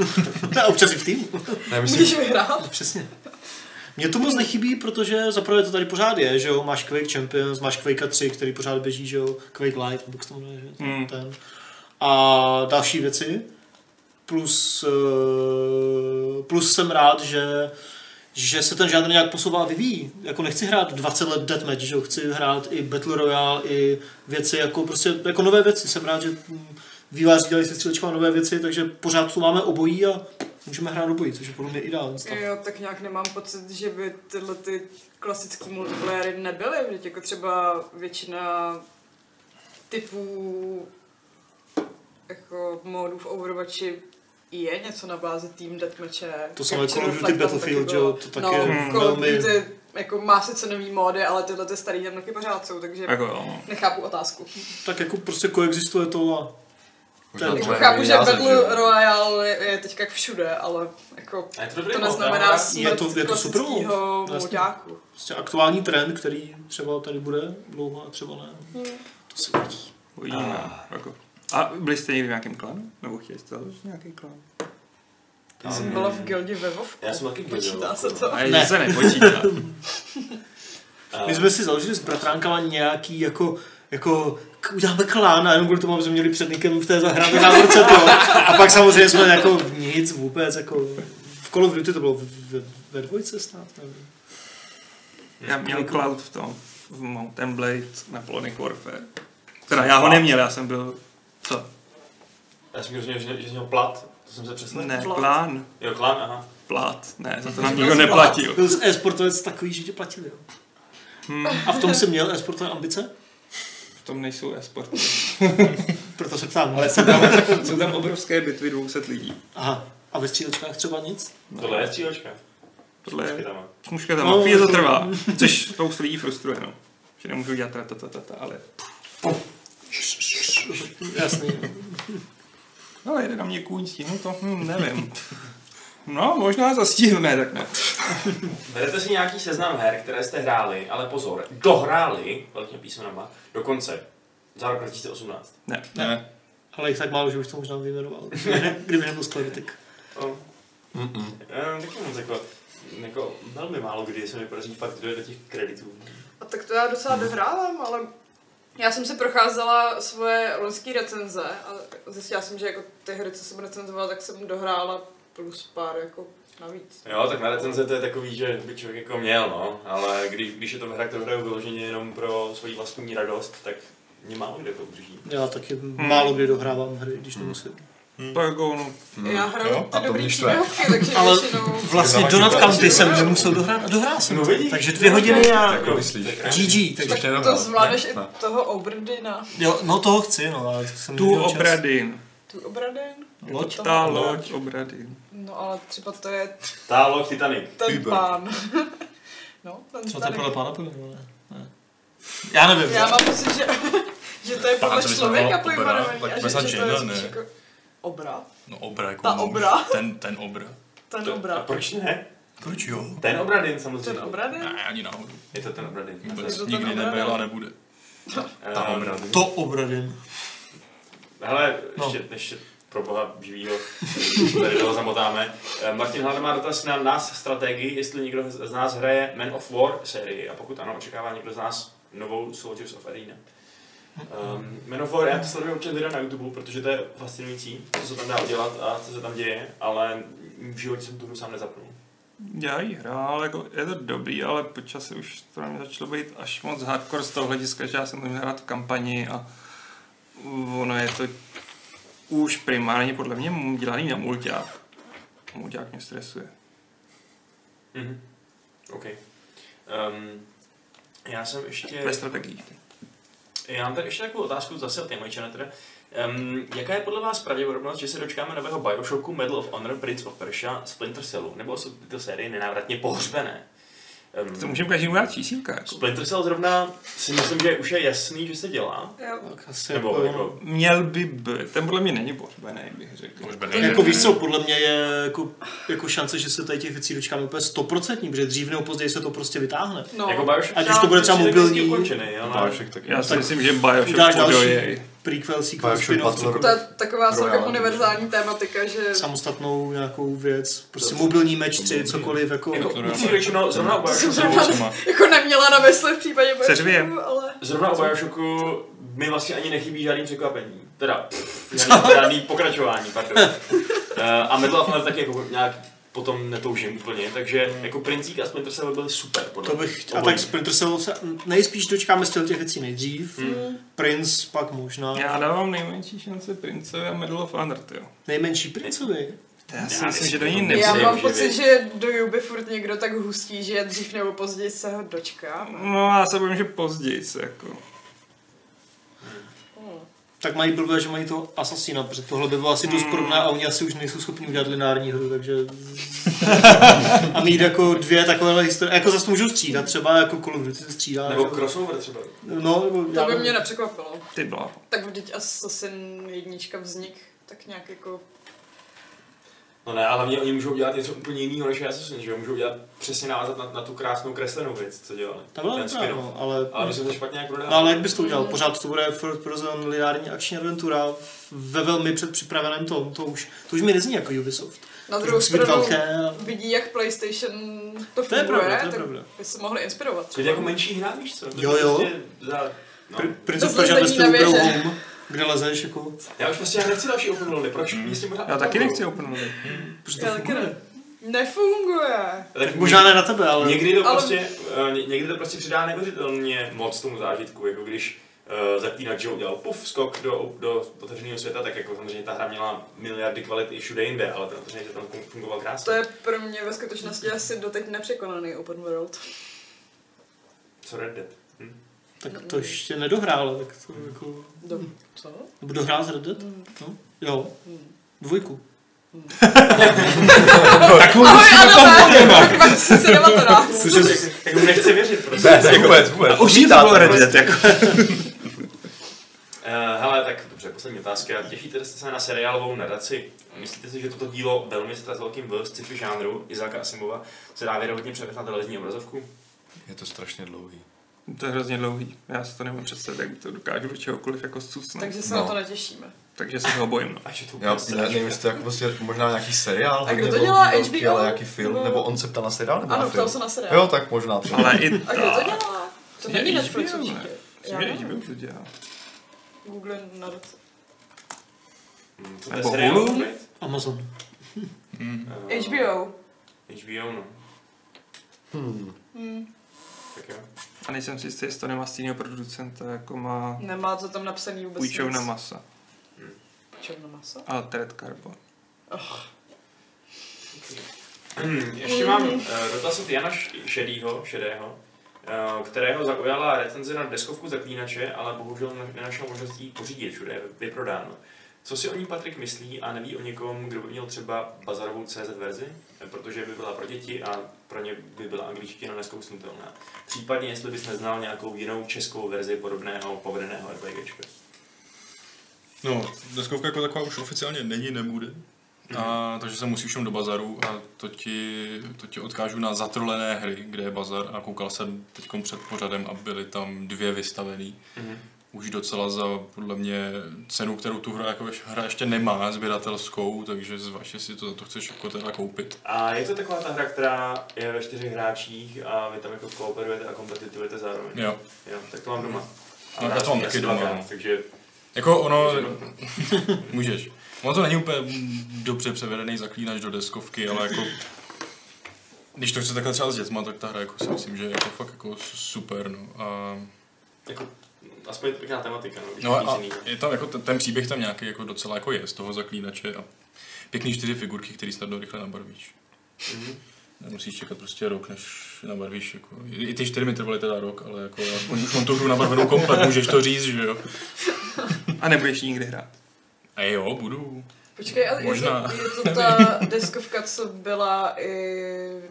<laughs> a občas i v týmu. Ne, myslím, Můžeš vyhrát. Přesně. Mně to moc nechybí, protože zaprvé to tady pořád je, že jo, máš Quake Champions, máš Quake 3, který pořád běží, že jo, Quake Live, nebo jak se to jmenuje, že? Hmm. ten. A další věci. Plus, eh, plus jsem rád, že že se ten žánr nějak posouvá a vyvíjí. Jako nechci hrát 20 let deathmatch, že jo, chci hrát i Battle Royale, i věci jako prostě, jako nové věci. Jsem rád, že hm, výváři dělají se střílečkama nové věci, takže pořád tu máme obojí a můžeme hrát obojí, což je podle mě ideální stav. Jo, tak nějak nemám pocit, že by tyhle ty klasické multiplayery nebyly, vždyť jako třeba většina typů jako módů v Overwatchi je něco na bázi Team Deathmatche. To jako samé Capture Call of the Duty Flag tam Battlefield, taky že jo, bylo. to taky no, je Call of velmi- Duty jako má sice nový módy, ale tyhle ty starý tam taky pořád jsou, takže Jako jo, no. nechápu otázku. tak jako prostě koexistuje to a možná Jako to Jako je chápu, můj že názor, že Battle jo. Royale je, je teďka všude, ale jako A je to to dobrý mod, neznamená ale- smrt Je to- je to super mod. klasickýho Jasně. módáku. prostě aktuální trend, který třeba tady bude dlouho a třeba ne. To se uvidí. Uvidíme. Jako. A byli jste někdy v nějakém klanu? Nebo chtěli jste založit nějaký klan? Já jsem byla v gildě ve Vovku. Hmm. Já jsem taky v gildě Počítá ve se Vovku. to. A je, Ne. že se nepočítá. My jsme si založili s bratránkama nějaký jako jako k- uděláme klán a jenom kvůli tomu, aby jsme měli před Nikem v té zahrádě závorce to. A pak samozřejmě jsme jako nic vůbec, jako v Call of Duty to bylo v, v, ve dvojce snad, nevím. Já měl Cloud v tom, v Mountain Blade na Polonic Warfare. Teda já ho neměl, já jsem byl... Co? Já jsem rozuměl, že, že z něho plat, to jsem se přesně. Ne, Plat. klán. Jo, klan, aha. Plat. Ne, za to nám nikdo neplatil. Hmm. Byl z e-sportovec takový, že tě platili, jo. A v tom jsem měl e-sportové ambice? V tom nejsou e-sporty. Proto se ptám. Ale jsou tam, jsou tam obrovské bitvy 200 lidí. Aha. A ve střílečkách třeba nic? Tohle je střílečka. Tohle je... Tam. Zkouška tam, No, no, to to- trvá. Což spoustu lidí frustruje, no. Že nemůžu dělat ta, ta, ta, ta, ta ale... Jasný. No, jede na mě kůň, stihnu to? Hm, nevím. No, možná zastihnu, ne, tak ne. Vedete si nějaký seznam her, které jste hráli, ale pozor, dohráli, velkým písmenama, dokonce. Za rok 2018. Ne. Ale jich tak málo, že bych to možná vyjmenoval. Kdyby ne- Kdyby nebyl sklerotik. O, Mm-mm. ehm, taky moc jako, jako velmi málo kdy se mi podaří fakt dojet do těch kreditů. A tak to já docela dohrávám, ale já jsem si procházela svoje loňské recenze a zjistila jsem, že jako ty hry, co jsem recenzovala, tak jsem dohrála plus pár jako navíc. Jo, tak na recenze to je takový, že by člověk jako měl, no, ale když, když je to hra, kterou hraju vyloženě jenom pro svoji vlastní radost, tak mě málo kde to udrží. Já taky málo kdy dohrávám hry, když nemusím. Hmm. Paragonu. Mm. Já jo, hraju a ty to dobrý mě štve. příběhovky, takže Ale většinou... Vlastně Dohrává Donut chyba. County jsem nemusel dohrát a dohrál jsem No to. vidíš. Takže dvě hodiny a Jako myslíš. GG. Ještě Takže, nedohrál. To zvládneš Ne, i ne. toho Obrdyna. jo, no toho chci, no, ale jsem Tu neměl čas. Obradin. Jako Tu Obradyn? Loď? To- Ta loď Obradin. No ale třeba to je Tálo Titanic. ten Uber. pán. <laughs> no, ten Co to je tady. podle pána pojmenované? Ne. Já nevím. Já mám pocit, že, <laughs> že to je Pán, podle co by se člověka jmenovalo Obra, pojmenovaný. tak a bez že, že to je agenda, ne? spíš jako... Obra? No obra jako Ta muž. obra? Ten, ten obra. Ten To- A obra. proč ne? Proč jo? Ten Obradin samozřejmě. Ten obradyn? Ne, ani náhodou. Je to ten Obradin. Je Vůbec to no. ten nikdy Obra, nebyl ne? a nebude. Ta Obradin. To obradím. Hele, No. ještě, ještě pro boha živýho, <laughs> tady toho zamotáme. Eh, Martin Hlada má dotaz na nás strategii, jestli někdo z nás hraje Man of War sérii a pokud ano, očekává někdo z nás novou Soldiers of Arena. Um, Man of War, já to sleduju občas videa na YouTube, protože to je fascinující, co se tam dá udělat a co se tam děje, ale v životě jsem tu hru sám nezapnul. Já ji hrál, jako je to dobrý, ale po čase už to na mě začalo být až moc hardcore z toho hlediska, že já jsem to měl hrát v kampani a ono je to už primárně podle mě dělaný na mulťák. Mulťák mě stresuje. Mhm. OK. Um, já jsem ještě... Ve strategii. Já mám tady ještě takovou otázku zase od Jamajčana teda. Um, jaká je podle vás pravděpodobnost, že se dočkáme nového Bioshocku, Medal of Honor, Prince of Persia, Splinter Cellu? Nebo jsou tyto série nenávratně pohřbené? To Um, můžeme každému dát čísílka. Jako. Splinter Cell zrovna si myslím, že už je jasný, že se dělá. Jo. Tak asi Nebo jako, jako, Měl by být. Ten podle mě není pohřbený, bych řekl. Už by To jako víš co, podle mě je jako, jako šance, že se tady těch věcí dočkáme úplně stoprocentní, protože dřív nebo později se to prostě vytáhne. No. jako Bioshock Ať už to bude třeba je no. vždycky mobilní- ukončený, ale... Pášek taky. Já si Tak myslím, že Dáš Bioshock další podojej. prequel, sequel, Bioshock spin-off, Battle cokoliv. To je taková celkem Royale. univerzální tématika, že samostatnou nějakou věc, prostě mobilní meč 3, cokoliv, jako... Jako, To je- upřímně řečeno, zrovna u jsem Bioshocku, zrovna <laughs> jako neměla na mysli v případě Seřvě. Bioshocku, ale... zrovna u Bioshocku mi vlastně ani nechybí žádný překvapení. Teda, pff, žádný, žádný pokračování, pardon. <laughs> Eh, a Medal of Honor taky jako nějak potom netoužím úplně, takže jako Princík a Splinter Cell by byly super, podle To mě. bych, a Obojí. tak Splinter Cell se nejspíš dočkáme z těch věcí nejdřív, Prince pak možná, Já dávám nejmenší šance Princovi a Medal of Honor, tyjo. nejmenší Princeovi. To já si Já myslím, si že do ní to- nepřijde. Já Nepřeji mám živit. pocit, že do Juby furt někdo tak hustí, že dřív nebo později se ho dočká. No, já se bojím, že později se jako. Tak mají blbé, že mají to Assassina, protože tohle by bylo asi dost podobné a oni asi už nejsou schopni udělat lineární hru, takže... a mít jako dvě takovéhle historie, jako zase to můžou střídat, třeba jako Call of Duty se střídá. Nebo že? crossover třeba. No, nebo To já by nevím. mě nepřekvapilo. Ty bláho. Tak vždyť Assassin jednička vznik tak nějak jako... No ne, ale hlavně oni můžou dělat něco úplně jiného než já si že jo? Můžou dělat přesně navázat na, na tu krásnou kreslenou věc, co dělali. Ta byla dobrá, spin-off. no, ale... Ale myslím, že špatně jako jak prodává. No, ale jak bys Hmm. to udělal? Pořád to bude third person lineární akční adventura ve velmi předpřipraveném tom, to už, to už mi nezní jako Ubisoft. Na To druhou musí být stranu velké a- vidí, jak PlayStation to To je funguje, pravda, to je tak pravda. by se mohli inspirovat. To je jako menší hra, víš co? To Jo, jo. prostě Za, no. Pr- Prince To of Persia ve zlezení na stylu Go věže. Home, kde lezeš jako... Já už prostě já nechci další open worldy, proč? Hmm. Mm. Jestli možná Já taky nechci open world. Protože to Já taky funguje. ne. Nefunguje. Tak Možná ne na tebe, ale... Někdy to, Ale- prostě, eh, ně- někdy to prostě přidá neuvěřitelně moc tomu zážitku, jako když uh, zaklínač Joe udělal puf, skok do, do otevřeného světa, tak jako samozřejmě ta hra měla miliardy kvalit i všude jinde, ale ten otevřený svět tam fun- fungoval To krásně. je pro mě ve skutečnosti asi doteď nepřekonaný open world. Co Red Dead? Tak to ještě nedohrálo, tak to jako... Do... Co? Nebo dohrál z Red Dead? No? Jo. Dvojku. Takovou Ahoj, Adame! Rok 2019. Tak mu nechci věřit prostě. Ne, vůbec, vůbec. prostě. Dead, jako. Eh, hele, tak dobře, poslední otázka. Těšíte se na seriálovou nadaci? Myslíte si, že toto dílo velmi s velkým v sci-fi žánru Izáka Asimova se dá věrohodně převést na televizní obrazovku? Je to strašně dlouhý. To je hrozně dlouhý. Já si to nemůžu představit, jak to dokážu do čehokoliv jako zcucnout. Takže, Takže se No. na to netěšíme. takže se toho bojím. no. A že to úplně Já ne, strašně. nevím, jestli to jako prostě možná nějaký seriál. A kdo hodně to dělá? velký, HBO? Ale nějaký film, No. nebo on se ptal na seriál nebo Ano, na film? ptal se na seriál. Jo, tak možná třeba. Ale <laughs> i A kdo to tak. dělá? To Je není Netflix HBO, ne? určitě. Co mě HBO to dělá? Google na roce. Hm, To je Nebo seriál, Hulu? ne? Amazon. Eh, HBO. HBO, no. Hm. Tak jo. A nejsem si jistý, jestli to nemá stejného producenta, jako má Hmm. Nemá to tam napsaný vůbec půjčovna nic. masa Půjčovna maso? a Altered Carbon. Hm, <clears throat> Ještě mám eh, dotaz od Jana Š- Šedýho, šedého, eh, kterého zaujala recenze na deskovku Zaklínače, ale bohužel ne- nenašel možnost jí pořídit, všude je vyprodáno. Co si o ní Patrik myslí a neví o někom, kdo by měl třeba bazarovou CZ verzi, Eh, protože by byla pro děti a pro ně by byla angličtina neskousnutelná. Případně, jestli bys neznal nějakou jinou českou verzi podobného povedeného RPGčka. No, deskovka jako taková už oficiálně není, nebude. A, takže se musíš jenom do bazaru a to ti, to ti odkážu na zatrolené hry, kde je bazar a koukal jsem teď před pořadem a byly tam dvě vystavený. Mhm. Už docela za podle mě cenu, kterou tu hra, jako veš- hra ještě nemá sběratelskou, takže zvaž, jestli to za to chceš jako teda koupit. A je to taková ta hra, která je ve čtyřech hráčích a vy tam jako kooperujete a kompetitivujete zároveň. Jo. Jo, tak to mám doma. No, já to mám taky doma, no. takže... Jako ono, můžeš. Ono to není úplně dobře převedený zaklínač do deskovky, ale jako když to chce takhle třeba s dětma, tak ta hra jako si myslím, že je jako fakt jako super, no. A, Jako, aspoň je to pěkná tematika, no, když no no, nic a jiného. je tam jako ten, ten příběh tam nějaký jako docela jako je z toho zaklínače a pěkný čtyři figurky, které snadno rychle nabarvíš. Mhm. Nemusíš čekat prostě rok, než nabarvíš. Jako. I i ty čtyři mi trvaly teda rok, ale jako aspoň už mám tu hru nabarvenou komplet, můžeš to říct, že jo. A nebudeš ji nikdy hrát. A jo, budu. Počkej, ale je Možná. to, je <laughs> to ta deskovka, co byla i...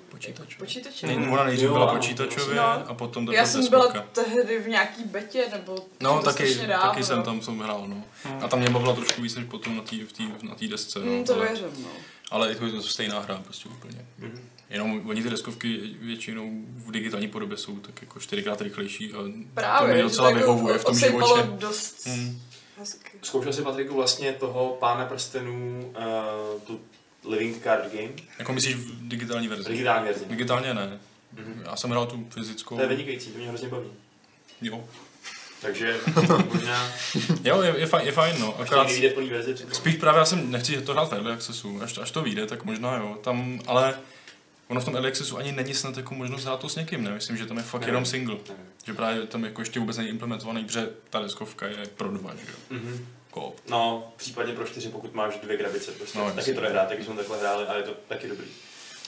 Počítač. Počítače. Ne, Ona nejdřív Jo, byla ano, počítačově no. a potom ta Já jsem byla tehdy v nějaký betě, nebo No, je to taky, strašně dávno. taky jsem tam jsem hrál, no. A tam mě bavila trošku víc, než potom na té v tý, na tý desce, no. Hm, to ale, věřím, no. ale jako je to stejná hra prostě úplně. Mhm. Jenom oni ty deskovky většinou v digitální podobě jsou tak jako čtyřikrát rychlejší a Právě, to mi že docela to jako vyhovuje v tom odsejpalo životě. dost Hmm. hezky. Zkoušel si, Patriku, vlastně toho Pána prstenů, uh, tu Living Card Game, Jako myslíš v digitální verzi? digitální verzi. Digitálně ne. Mhm. Já jsem hrál tu fyzickou. To je vynikající, to mě hrozně baví. Jo, Takže <laughs> možná, jo je, je, fajn, je fajn, no. až Akorát- někdy vyjde v plný verzi, přitom. Spíš právě já jsem nechci to hrát v Early Accessu, až, až to vyjde, tak možná jo, tam, ale ono v tom Early Accessu ani není snad jako možnost hrát to s někým, ne? Myslím, že tam je fakt Ne. jenom single. Nevím. Že právě tam jako ještě vůbec není implementovaný, protože ta deskovka je pro dva, že jo? Mhm. Koop. No, případně pro čtyři, pokud máš dvě krabice, prostě. No, taky jasně. to nehrát, taky jsme takhle hráli, ale je to taky dobrý.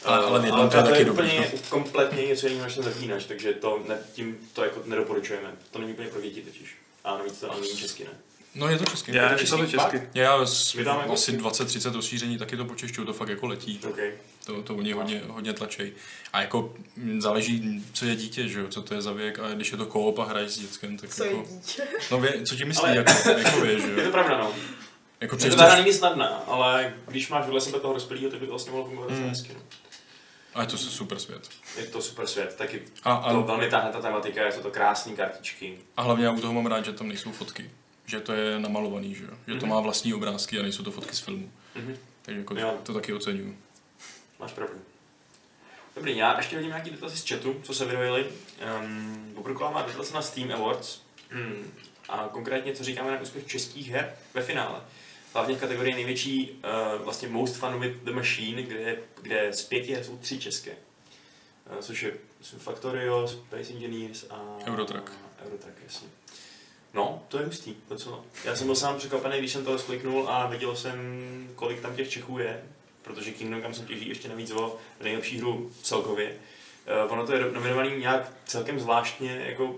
Eh, Ale- ale v jednom to je to je taky úplně dobrý, no. kompletně něco jiného, než ten zaklínač, takže to ne, tím to jako nedoporučujeme. To není úplně pro děti totiž. A navíc to ani není česky, ne? No je to český. Já Je to nevím, co český. to česky. Já s, My dáme asi kousky. 20-30 rozšíření taky to počešťuju, to fakt jako letí. OK. To, to oni hodně, hodně tlačej. A jako mm, záleží, co je dítě, že jo? Co to je za věk a když je to koop a hraješ s dětskem, tak Co je jako... dítě? No vě, co ti myslí, Ale- jako, jako vě, že Je to jo? pravda, no. Jako Je <laughs> to přečteš- teda není snadná, ale když máš vedle sebe toho dospělého, tak by to vlastně mohlo fungovat Hmm. docela hezky. No. A je to super svět. Je to super svět, taky A, to a, velmi táhne ta tematika, je to to krásné kartičky. a hlavně já u toho mám rád, že tam nejsou fotky. Že to je namalovaný, že jo? Že to Mhm. má vlastní obrázky a nejsou to fotky z filmu. Mhm. Takže jako Jo. to taky oceňuju. Máš pravdu. Dobrý, já ještě vidím nějaký dotazy z chatu, co se vyrojili. Um, Poprkola má dotaz na Steam Awards. Hmm. A konkrétně, co říkáme na úspěch českých her ve finále. Hlavně v kategorii největší, uh, vlastně Most Fun with the Machine, kde, kde z pěti her jsou tři české. Uh, což je, jsou Factorio, Space Engineers a... Eurotrack. Eurotrack, jasně. No, to je hustý, docela. Já jsem byl sám překvapený, když jsem to skliknul a viděl jsem, kolik tam těch Čechů je, protože Kingdom Come soutěží ještě navíc o nejlepší hru celkově. Eh, Ono to je nominovaný nějak celkem zvláštně jako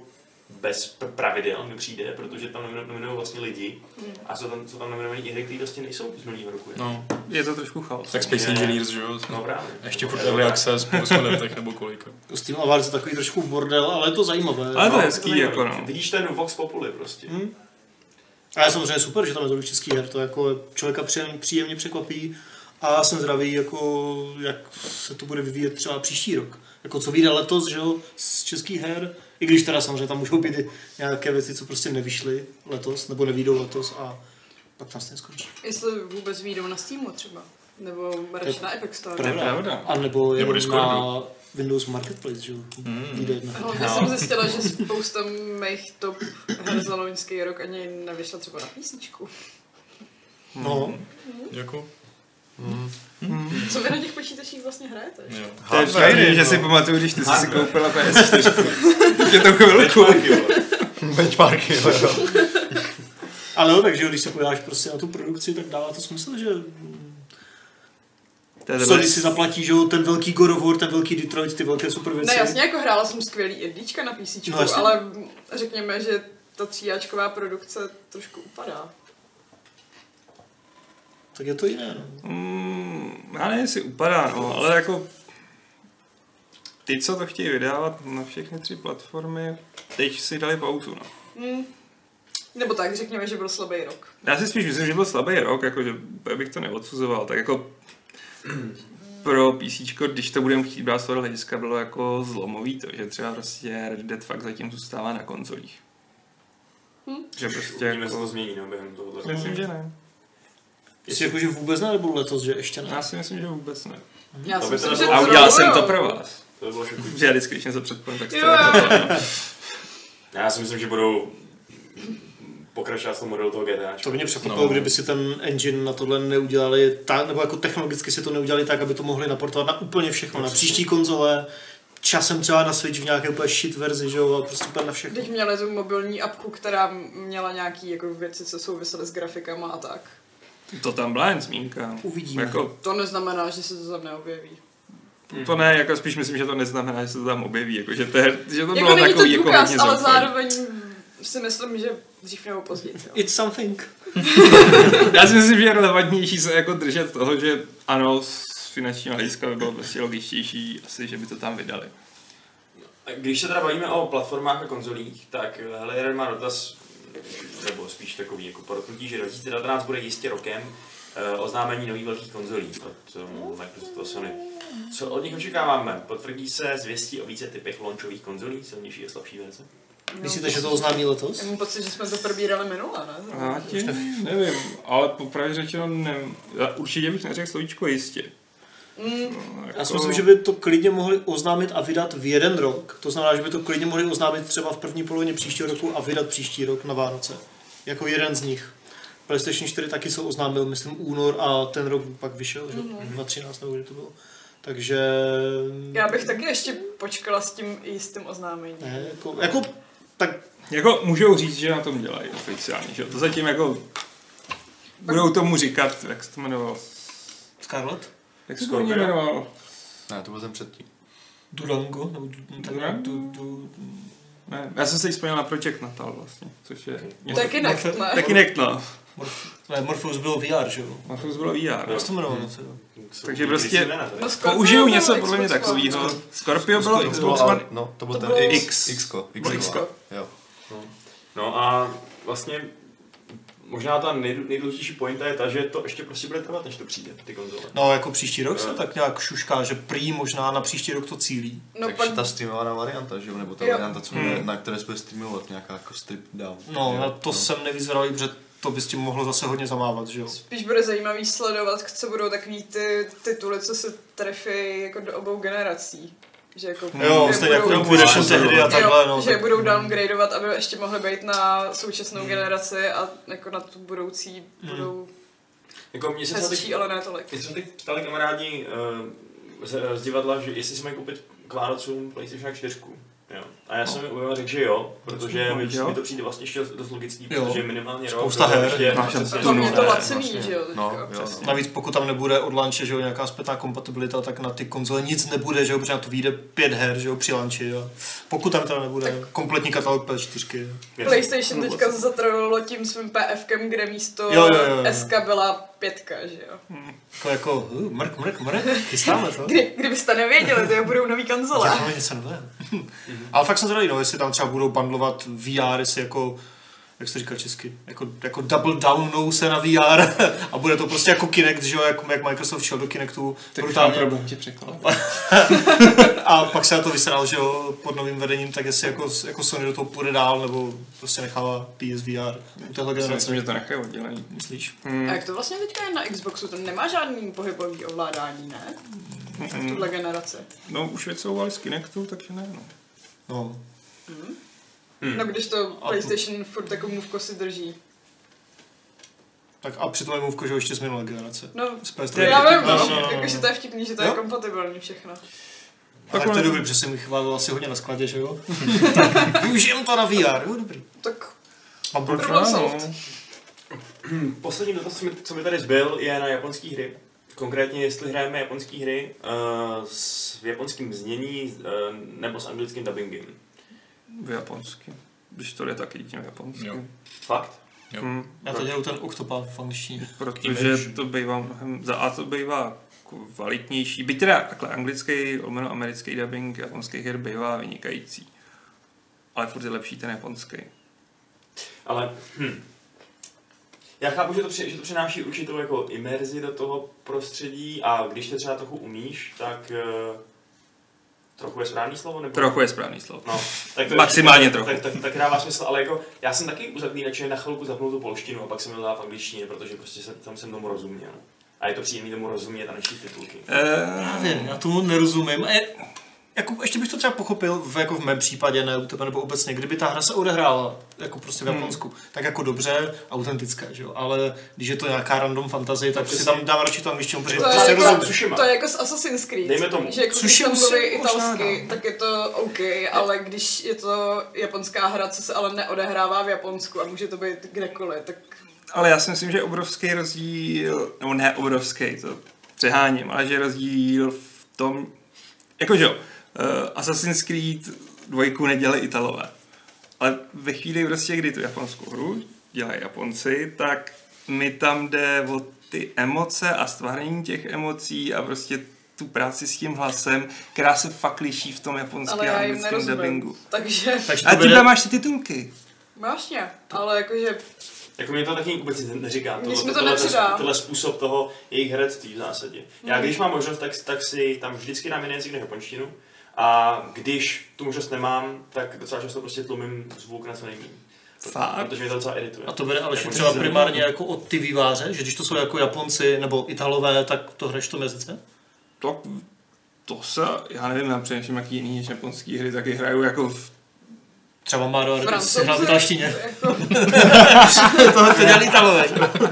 bez pr- pravidel mi přijde, protože tam nomino- nominují vlastně lidi a jsou tam, jsou tam nominované i hry, které vlastně nejsou z minulého roku. je. No, Je to trošku chaos. tak Space Je. Engineers, že jo? no právě. Ještě furt Nebo- Early Access, po osmi letech nebo kolika. To Steam Awards Prostě je takový trošku bordel, ale je to zajímavé. Ale to je No, hezký, zajímavý. jako no. Vidíš ten Vox Populi prostě. Hmm. Ale samozřejmě super, že tam je tolik českých her, to jako člověka příjemně, příjemně překvapí a jsem zdravý, jako, jak se to bude vyvíjet třeba příští rok. Jako co vyjde letos, že jo, z českých her, I když teda samozřejmě tam můžou být i nějaké věci, co prostě nevyšly letos, nebo nevídou letos a pak tam se neskončí. Jestli vůbec vyjdou na Steamu třeba. Nebo radši na Epic To je Store. pravda. A nebo, Nebo nebo na Discordu. Windows Marketplace, že jo? Vyjde jedna. Hlavně jsem zjistila, že spousta mých top her za loňský rok ani nevyšla třeba na písničku. No, Jako? Co vy na těch počítačích vlastně hrajete? Jo. To je Hardware, vtipný, že no. si pamatuju, když ty jsi si Hardware. koupila PS4. Je to chvilku. Benchmarky, jo, jo. ale jo, takže jo, když se podíváš prostě na tu produkci, tak dává to smysl, že To je Sony si zaplatí, že jo, ten velký God of War, ten velký Detroit, ty velké supervěci. Ne, jasně, jako hrála jsem skvělý indíčka na písničku, No, jasně. ale řekněme, že ta tříáčková produkce trošku upadá. Tak je to jiné, no. Mm, já nevím, jestli upadá, no, ale jako ty, co to chtějí vydávat na všechny tři platformy, teď si dali pauzu, no. Hmm. Nebo tak, řekněme, že byl slabý rok. Já si spíš myslím, že byl slabý rok, jako, že bych to neodsuzoval, tak jako <clears throat> pro PC, když to budeme chtít brát z toho hlediska, bylo jako zlomový to, že třeba prostě Red Dead fakt zatím zůstává na konzolích. Hm. Že <laughs> prostě Uvidíme, co to jako, změní no, během tohohle. Myslím, že ne. Jestli jakože vůbec ne, nebo letos, že ještě ne. Já si myslím, že vůbec ne. Já To si by teda myslím, že bylo- A to udělal jsem to budou. pro vás. To by bylo šokující. Že já vždycky, když něco předpovím, tak to Jo, jo. Já si myslím, že budou pokračovat s tom modelu toho GTA. To by mě překvapilo, No. no. kdyby si ten engine na tohle neudělali tak, nebo jako technologicky si to neudělali tak, aby to mohli naportovat na úplně všechno, na příští konzole, časem třeba na Switch v nějaké úplně shit verzi, že jo, a prostě úplně na všechno. Teď měla tu mobilní apku, která měla nějaký jako věci, co souvisely s grafikama a tak. To tam byla jen zmínka. Uvidíme. Jako, To neznamená, že se to tam neobjeví. Hmm. to ne, jako spíš myslím, že to neznamená, že se to tam objeví, jako, že, to, je, že to jako bylo není to takový jako důkaz, hodně ale zoufalý. zároveň si myslím, že dřív nebo později. Jo. It's something. Já si myslím, že je relevantnější se jako držet toho, že ano, z finančního hlediska by bylo prostě logičtější asi, že by to tam vydali. A Když se teda bavíme o platformách a konzolích, tak eh, hele, jeden má dotaz, nebo spíš takový jako podotknutí, že 2019 bude jistě rokem eh, oznámení nových velkých konzolí od eh, Microsoftu a Sony. Co od nich očekáváme? Potvrdí se zvěstí o více typech launchových konzolí, silnější a slabší verze? Myslíte, že to oznámí letos? Já mám pocit, že jsme to probírali minule, ne? Já ti nevím, ale popravdě řečeno ne, já určitě bych neřekl slovíčko jistě. Mm, No, Já si myslím, že by to klidně mohli oznámit a vydat v jeden rok. To znamená, že by to klidně mohli oznámit třeba v první polovině příštího roku a vydat příští rok na Vánoce. Jako jeden z nich. PlayStation 4 taky se oznámil, myslím, únor a ten rok pak vyšel, že? Mhm. 2013 nebo kdy to bylo. Takže... já bych taky ještě počkala s tím jistým oznámením. Ne, jako, jako tak Jako můžou říct, že na tom dělají oficiálně, že jo? To zatím jako budou tomu říkat, jak se to jmenovalo. Scarlett? Jak se to jmenovalo? Ne, to byl ten předtím. Durango? Nebo du, no, tak Durango? nějak du, du, Ne, já jsem se jí vzpomněl na Project Natal vlastně, což je... něco- Taky ne, ne? Taky Kinect, no. ne, Morpheus byl VR, že jo? Na to už bylo VR. Jak se to jmenovalo? no, co jo? Takže prostě- No, Prostě Scorpio Použiju bylo něco podle mě Xbox One. takového. Scorpio bylo Xbox ale- One No, to byl To ten bylo- X. Xko. Bylo Xko. Jo. No a vlastně možná ta nejdů- nejdůležitější pointa je ta, že to ještě prostě bude trvat, než to přijde, ty konzole. No, jako příští rok se tak nějak šušká, že prý možná na příští rok to cílí. No, Takže pak, ta streamovaná varianta, že jo? Nebo ta Jo. varianta, co bude, na které se bude streamovat, nějaká jako strip down. No, jo? na to jsem nevyzvedal, protože to by s tím mohlo zase hodně zamávat, že jo? spíš bude zajímavý sledovat, co budou takový ty tituly, co se trefí jako do obou generací. Že jako Jo, že stejně jako budou- Inquisition tehdy a takhle, no. že tak- Hmm. budou downgradeovat, aby ještě mohly být na současnou generaci a jako na tu budoucí budou Jako mě se třeba teď hezčí, ale ne tolik. Když se teď ptali kamarádi eh, z, z divadla, že jestli si mají koupit k Vánocům PlayStation 4. Jo. A já jsem no. oběma řekl, že jo, protože jsem mi, viděl. mi to přijde vlastně ještě dost logický, Jo. protože minimálně rok. Spousta her. Ještě, Máš tam přesně, Tam je to no, laciný, vlastně. že jo? No, teďka. jo, no. Navíc pokud tam nebude od launche, že jo, nějaká zpětná kompatibilita, tak na ty konzole nic nebude, že jo, protože na to vyjde pět her, že jo, při launchi, jo. Pokud tam teda nebude kompletní katalog PS4. jo. jasně. PlayStation teďka zatrvalo tím svým PFkem, kde místo No, vlastně. Jo, jo, jo, jo. SK byla pětka, že jo? Jako, jako uh, mrk, mrk, mrk, chystáme to. Kdy, kdybyste nevěděli, to budou nový <laughs> konzole. Děláme něco nového. Ale fakt jsem zvědavý, no, jestli tam třeba budou bandlovat VR, jestli jako jak se říká česky, jako, jako double downou se na VR <laughs> a bude to prostě jako Kinect, že jo, jak, jak Microsoft šel do Kinectu Tak brutálně. brutální problém tě překlad. A pak se na to vysral, že jo, pod novým vedením, tak jestli jako, jako Sony do toho půjde dál, nebo prostě nechává PSVR u téhle Já si generace, myslím, že to nechají oddělený. myslíš? Hmm. A jak to vlastně teďka je na Xboxu? To nemá žádný pohybový ovládání, ne? Mm. Tuhle Hmm. generace. No, už věcouvali z Kinectu, takže ne. No. No, No když to Hmm. to- PlayStation furt jako mluvko si drží. tak a přitom je mluvko, že jo, ještě z minulé generace. No, Z PS3. já vím, No, no, no, no, no. jakože to je vtipný, že to je Jo. kompatibilní všechno. Ale Tak to je ono- dobrý, protože jsem jich chválil asi hodně na skladě, že jo? <laughs> tak využijem to na VR, jo, dobrý. Tak A proč Problem ne, solved. no? Poslední dotaz, co mi- co mi tady zbyl, je na japonské hry. Konkrétně, jestli hrajeme japonské hry eh, s v japonským znění eh, nebo s anglickým dubbingem. V japonsky. Když to jde tak jedině v japonsky. Jo. Fakt? Jo. Hmm. Já to dělám ten Octopath v angličtině. Protože to bývá mnohem, za A to bývá jako kvalitnější, byť teda takhle anglický, lomeno americký dubbing japonských her bývá vynikající. Ale furt je lepší ten japonský. Ale hm. Já chápu, že to, při, že to přináší určitou jako imerzi do toho prostředí a když to třeba trochu umíš, tak eh, trochu je správný slovo? Nebo... Trochu je správný slovo. No, tak to Maximálně je, trochu. Tak, tak, tak dává smysl, ale jako já jsem taky u zaklínače na chvilku zapnul tu polštinu a pak jsem to dal v angličtině, protože prostě jsem, tam jsem tomu rozuměl. A je to příjemný tomu rozumět a nečíst titulky. Já Eh, vím, já tomu nerozumím. A je, jako, ještě bych to třeba pochopil v, jako v mém případě, ne u tebe nebo obecně, kdyby ta hra se odehrála jako prostě v Japonsku, tak jako dobře, autentická, že jo? Ale když je to nějaká random fantazie, tak si tam dám radši tu angličtinu, protože To je prostě jako- rozumím. Tsushima. to je jako z Assassin's Creed. Dejme tomu. Že jako když Což je tam už si mluví možná italsky, dám. tak je to OK, ale když je to japonská hra, co se ale neodehrává v Japonsku a může to být kdekoliv, tak Ale já si myslím, že je obrovský rozdíl, nebo ne obrovský, to přeháním, ale že je rozdíl v tom, jakože jo, eh, Assassin's Creed 2 nedělají Italové. Ale ve chvíli prostě, kdy tu japonskou hru dělají Japonci, tak mi tam jde o ty emoce a stvárnění těch emocí a prostě tu práci s tím hlasem, která se fakt liší v tom ale japonském a já jim anglickém nerozumím. dubbingu. Takže Takže A to ty bude, tam máš ty titulky. vlastně, ale jakože Jako mě to taky vůbec nic neříká. Nic mi to tohle, nepřidá. Hmm. tohle způsob toho jejich herectví v zásadě. Já když mám možnost, tak, tak si tam vždycky dám jiný jazyk než japonštinu. A když tu možnost nemám, tak docela často prostě tlumím zvuk na co nejméně. Fakt? Protože mě to docela irituje. a to bude ale Jako třeba že- primárně jako od ty výváře, že když to jsou jako Japonci nebo Italové, tak to hraješ v tom jazyce? Tak to se, já nevím, já přemýšlím, jaký jiný než japonský hry taky hrajou jako v... Třeba Mario Rabbids si hrál v francouzi... italštině. <laughs> Jako, Tohle to dělali Italové.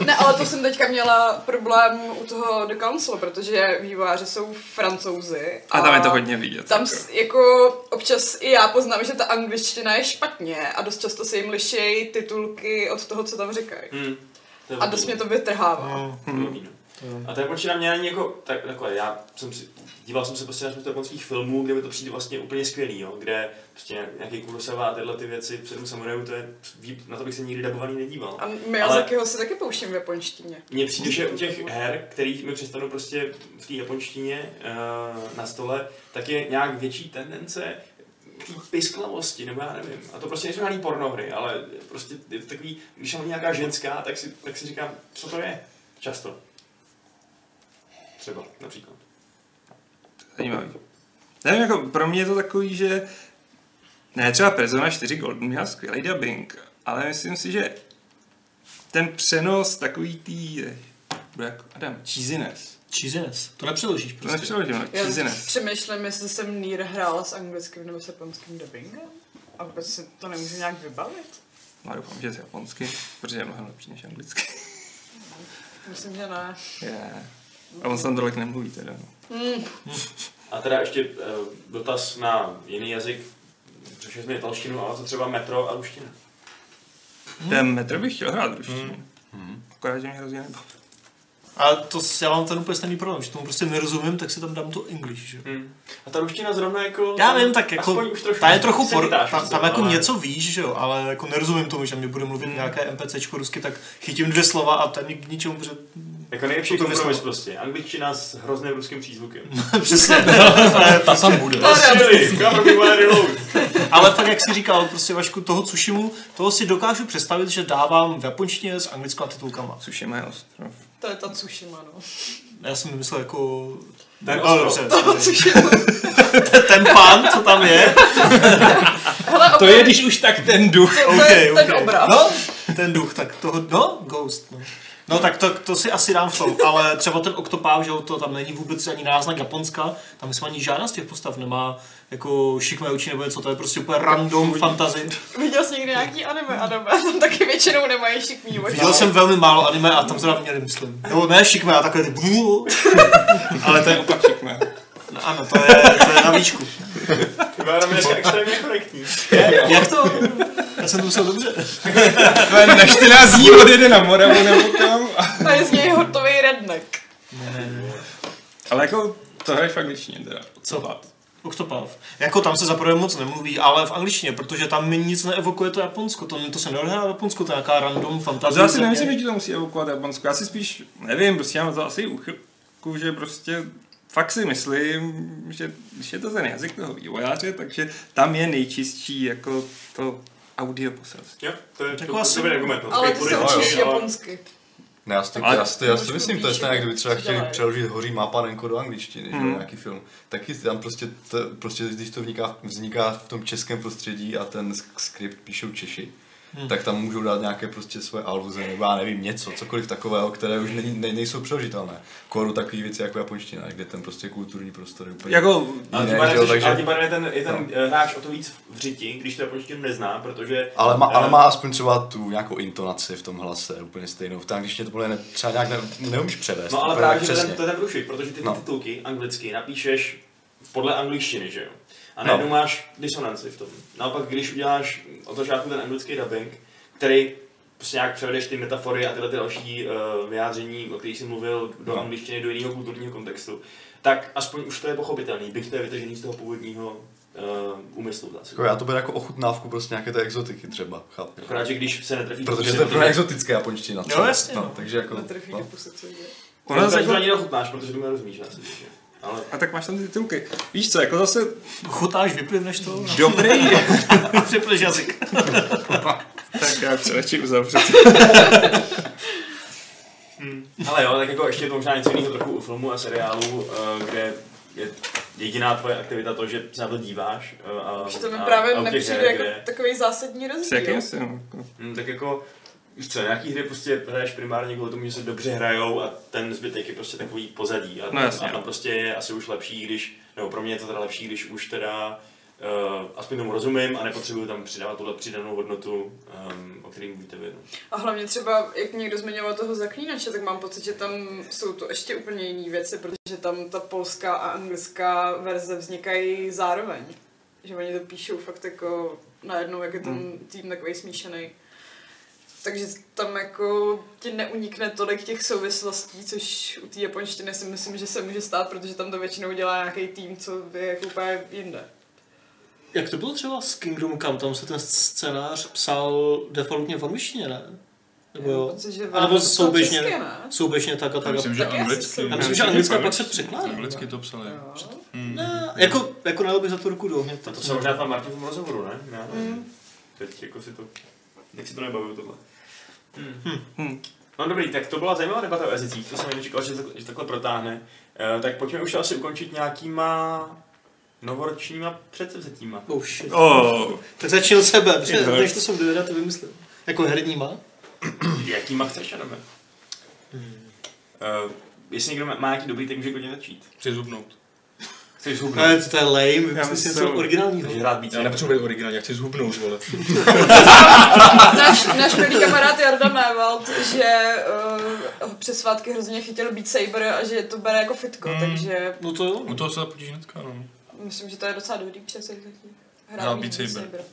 ne, ale to jsem teďka měla problém u toho The Council, protože vývojáři jsou francouzi. A tam je to hodně vidět. Tam jako. s- jako občas i já poznám, že ta angličtina je špatně a dost často se jim lišejí titulky od toho, co tam říkají. Hmm. To je A blbý. dost mě to vytrhává. Hmm. Blbý, no. A ta japonština mě ani jako, tak, takhle, já jsem si, díval jsem se prostě na spoustu japonských filmů, kde mi to přijde vlastně úplně skvělý, jo, kde prostě nějaký Kurosawa a tyhle ty věci, předmu samurajů, to je, vý- na to bych se nikdy dabovaný nedíval. A Miyazakiho se taky pouštím v japonštině. Mně přijde, že u těch her, které mi přestanou prostě v té japonštině eh, na stole, tak je nějak větší tendence k té pisklavosti, nebo já nevím. A to prostě nejsou žádný pornohry, ale prostě je to takový, když tam je nějaká ženská, tak si, tak si říkám, co to je? Často. Třeba, například. Zajímavý. Nevím, jako pro mě je to takový, že ne, třeba Persona 4 Golden měla skvělý dubbing, ale myslím si, že ten přenos takový tý, eh, bude jako Adam, cheesiness. Cheesiness. To nepřeložíš To prostě. nepřeložím, ale Já cheesiness. přemýšlím, jestli jsem Nier hrála s anglickým nebo s japonským dubbingem. A vůbec si to nemůžu nějak vybavit. No, Já doufám, že z japonsky, protože je mnohem lepší než anglicky. Myslím, že ne. Je. A on se tam tolik nemluví teda. No. A teda ještě eh, dotaz na jiný jazyk. Řešili jsme italštinu, ale co třeba metro a ruština. Ten metr bych chtěl hrát ruštinu. Akorát, že mě hrozně nebaví. A to s- já mám ten úplně stejný problém, že tomu prostě nerozumím, tak si tam dám to English, že? jo. A ta ruština zrovna jako... Já tam vím, tak jako, Hmm. aspoň už trošku ta je trochu, se por, chytáš tam, už tam se, jako ale- Hmm. něco víš, že jo, ale jako nerozumím tomu, že mě bude mluvit nějaké NPCčko rusky, tak chytím dvě slova a ten k ničemu, <laughs> protože Jako nejlepší To to kompromis vyslalo. prostě. Angličtina s hrozným No, ruským přízvukem. přesně, <laughs> to je Ta tam bude. To je Střely, cover me while I reload. Ale fakt, jak jsi říkal, prostě Vašku, toho Cushimu, toho si dokážu představit, že dávám v japonštině s anglickou titulkama. Což je moje ostrov. To je ta Tsushima, no. Já jsem myslel jako... Ten Ale ostrov. dobře, Ta Tsushima. ten pán, co tam je. Hele, To je, když už tak ten duch. To, to Okay, je ten okay. obraz. No, ten duch, tak toho, no, Ghost, no. No tak to, to si asi dám v tom, ale třeba ten Octopav, že jo, to tam není vůbec ani náznak Japonska, tam myslím ani žádná z těch postav nemá jako šikmé oči nebo něco, to je prostě úplně random fantasy. Viděl jsi někdy nějaký anime, anime, tam <laughs> taky většinou nemají šikmý oči. Viděl jsem velmi málo anime a tam zrovna měli, myslím. Nebo ne šikmé, a takové ty <laughs> bů. Ale to je opak šikmé. No ano, to je, to je <laughs> na výšku. Ty máme dneska extrémně korektní. Jak to? Já jsem to musel dobře. Na 14 dní odjede na Moravu nebo kam. A je z něj hotový redneck. Ale jako to hraje v angličtině teda. Co? Octopath. Jako tam se zaprvé moc nemluví, ale v angličtině, protože tam mi nic neevokuje to Japonsko. To, to se neodhrává v Japonsku, to je nějaká random A fantazie. to asi země. nemyslím, že ti to musí evokovat Japonsko. Já si spíš, nevím, prostě já mám to asi uchylku, že prostě fakt si myslím, že když je to ten jazyk toho vývojáře, takže tam je nejčistší jako to audio poselství. Jo, to je Jako to- to asi- dobrý argument. no. Ale Takový ty se půjde- jo, učíš jo, ale- japonsky. Ne, já si to, Ale- já si to, já si Trošku to myslím, to je píše, stejné, kdyby třeba co chtěli dělají. přeložit Hoří má panenko do angličtiny, že, jo, Hmm. nějaký film. Taky tam prostě, to, prostě když to vzniká, vzniká v tom českém prostředí a ten sk- skript píšou Češi, Hmm. tak tam můžou dát nějaké prostě svoje alvuze, nebo já nevím, něco, cokoliv takového, které už není, ne, nejsou přeložitelné. Koru takový věci jako japonština, kde ten prostě kulturní prostor je úplně... Jako, Ale tím Ne, pádem že No. jo, jsi- takže- ale tím pádem je ten, je ten eh, hráč o to víc v řiti, když to japonštinu nezná, protože... Ale má, ale eh, má aspoň třeba tu nějakou intonaci v tom hlase, úplně stejnou. V té angličtině to bylo ne, třeba nějak ne, neumíš převést. No ale úplně tak právě, že to je přesně. ten, to je ten průšvih, protože ty, ty No. titulky anglicky napíšeš podle angličtiny, že jo? A najednou No. máš disonanci v tom. Naopak, když uděláš od začátku ten anglický dubbing, který prostě nějak převedeš ty metafory a tyhle ty další uh, vyjádření, o kterých jsi mluvil do No. angličtiny, do jiného kulturního kontextu, tak aspoň už to je pochopitelný, byť to je vytažený z toho původního uh, úmyslu. v zásadě. Jako já to beru jako ochutnávku prostě nějaké té exotiky třeba, chápu. Akorát, že když se netrefí... Protože to je pro exotická japonština. třeba. jasně, no. No, takže jako, Netrfí do no. pusy, co jde. Ono ono to zase jako... jako, <laughs> ani neochutnáš, protože tomu nerozumíš, já si myslím, že. Ale a tak máš tam ty titulky. Víš co, jako zase Chutáš, vyplivneš to <laughs> <laughs> dobrý, a přepleš jazyk. tak já to radši uzavřu. Ale jo, tak jako ještě je to možná něco jiného trochu u filmu a seriálu, eh, kde je jediná tvoje aktivita to, že se na to díváš. eh, A, Už to mi a- právě a u těch nepřijde her, jako kde- takový zásadní S rozdíl. jakým jsem? Jako, Hm, tak jako, víš co, nějaký hry prostě hraješ primárně kvůli tomu, že se dobře hrajou a ten zbytek je prostě takový pozadí. A, No jasně, a tam no. prostě je asi už lepší, když, nebo pro mě je to teda lepší, když už teda Uh, aspoň tomu rozumím a nepotřebuju tam přidávat tuhle přidanou hodnotu, um, o kterým mluvíte vy. no. A hlavně třeba, jak někdo zmiňoval toho zaklínače, tak mám pocit, že tam jsou to ještě úplně jiné věci, protože tam ta polská a anglická verze vznikají zároveň. Že oni to píšou fakt jako najednou, jak je ten tým takový smíšený. Takže tam jako ti neunikne tolik těch souvislostí, což u té japonštiny si myslím, že se může stát, protože tam to většinou dělá nějaký tým, co je jako úplně jinde. Jak to bylo třeba s Kingdom Come, tam se ten scénář psal defaultně v angličtině, ne? Nebo jo? Pocit, že A velmi nebo to souběžně. české, ne? Souběžně tak a Já tak. a- myslím, že Tak já si anglicky. myslím. Já myslím, že anglická pak se překládá. Anglicky to psali. Jo. Hmm. Ne, jako, jako najel bych za tu ruku do ohně. To, to se možná tam Martin v tom rozhovoru, ne? Já nevím. Teď jako si to... Jak si to nebavil tohle. Hm. No dobrý, tak to byla zajímavá debata o jazycích, to jsem ani nečekal, že, tak- že takhle protáhne. E, tak pojďme už to asi ukončit nějakýma novoročníma <clears throat> předsevzetíma. Oh shit. Oh, Tak začni od sebe, protože Jo. než to jsem dovedal, to vymyslel. Jako herníma? Jakýma chceš, Adame? E, jestli někdo má- má nějaký dobrý, tak může klidně začít. Chci zhubnout. Chceš zhubnout? Ne, to- to je lame, vymyslel si myslím, něco že- originálního. Takže hrát víc. Já nepotřebuji být originální, já chci zhubnout, vole. Náš, náš milý kamarád Jarda Mévald, že uh, přes svátky hrozně chytil Beat Saber a že to bere jako fitko, mm. takže No to jo. U toho se zapotíš hnedka, no. myslím, že to je docela dobrý přesek zatím. Hrál Hrávání Beat Beat Saber. Sabera.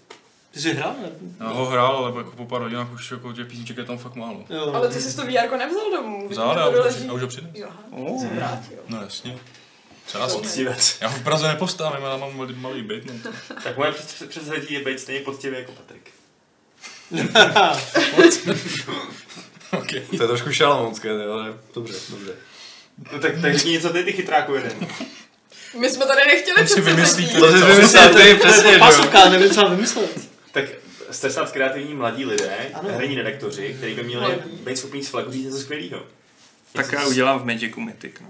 Ty jsi hrál, ne? Já ho hrál, ale jako po pár hodinách už jako těch písniček je tam fakt málo. Jo. Ale ty jsi to VR nevzal domů. Vzal to já tady už, leží. já už ho přidám. Jo, aha, oh. jsem vrátil. No jasně. Co nás Dobře. <laughs> Poctivec. Já ho v Praze nepostávám, já mám malý, malý byt. No. Tak moje před- předsevzetí je být stejně poctivý jako Patrik. Okay. To je trošku šalamonské, jo, ale dobře, dobře. No tak, tak řekni něco ty, ty chytráku jeden. My jsme tady nechtěli si přece vymyslíte taký. To si vymyslíte, <laughs> přesně, že jo. Pasovka, nevím, co mám vymyslet. Tak jste snad kreativní mladí lidé, Ano. herní redaktoři, kteří by měli Mladí. být schopni z flagu říct něco skvělého. Tak já udělám v Magicu Mythic, no.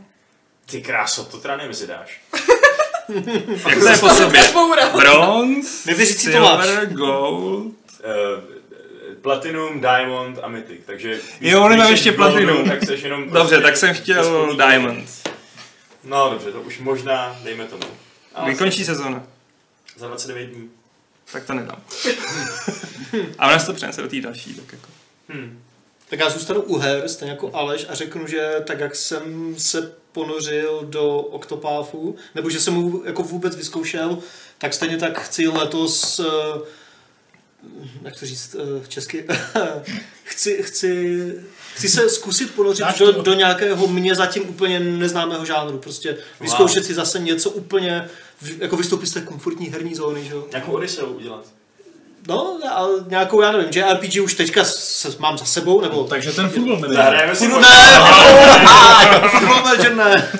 Ty kráso, to teda nevím, jestli dáš. Jak to je po sobě? Boura. Bronz, Nevěřící silver, gold. Eh, Platinum, Diamond a Mythic, takže... Jo, on když je tam jsi ještě v goldu, Platinum. Tak seš jenom Dobře, prostě tak jsem chtěl aspoň- Diamond. No dobře, to už možná, dejme tomu. Ale Vykončí sezóna. Za 29 dní. Tak to nedám. A ona se to přenese do té další, tak jako. Hm, Tak já zůstanu u her, stejně jako Aleš, a řeknu, že tak jak jsem se ponořil do Octopáfu, nebo že jsem ho jako vůbec vyzkoušel, tak stejně tak chci letos, eh, jak to říct eh, česky, <laughs> chci, chci, chci se zkusit ponořit Dáš do, to. do nějakého mě zatím úplně neznámého žánru, prostě vyzkoušet si zase něco úplně, v- jako vystoupit z té komfortní herní zóny, že jo. Nějakou Odysseu udělat. No, ale nějakou, já nevím, JRPG už teďka se, mám za sebou, nebo... Takže ten fotbal mi Zahrajeme si Furt moje- ne, Football Manager ne.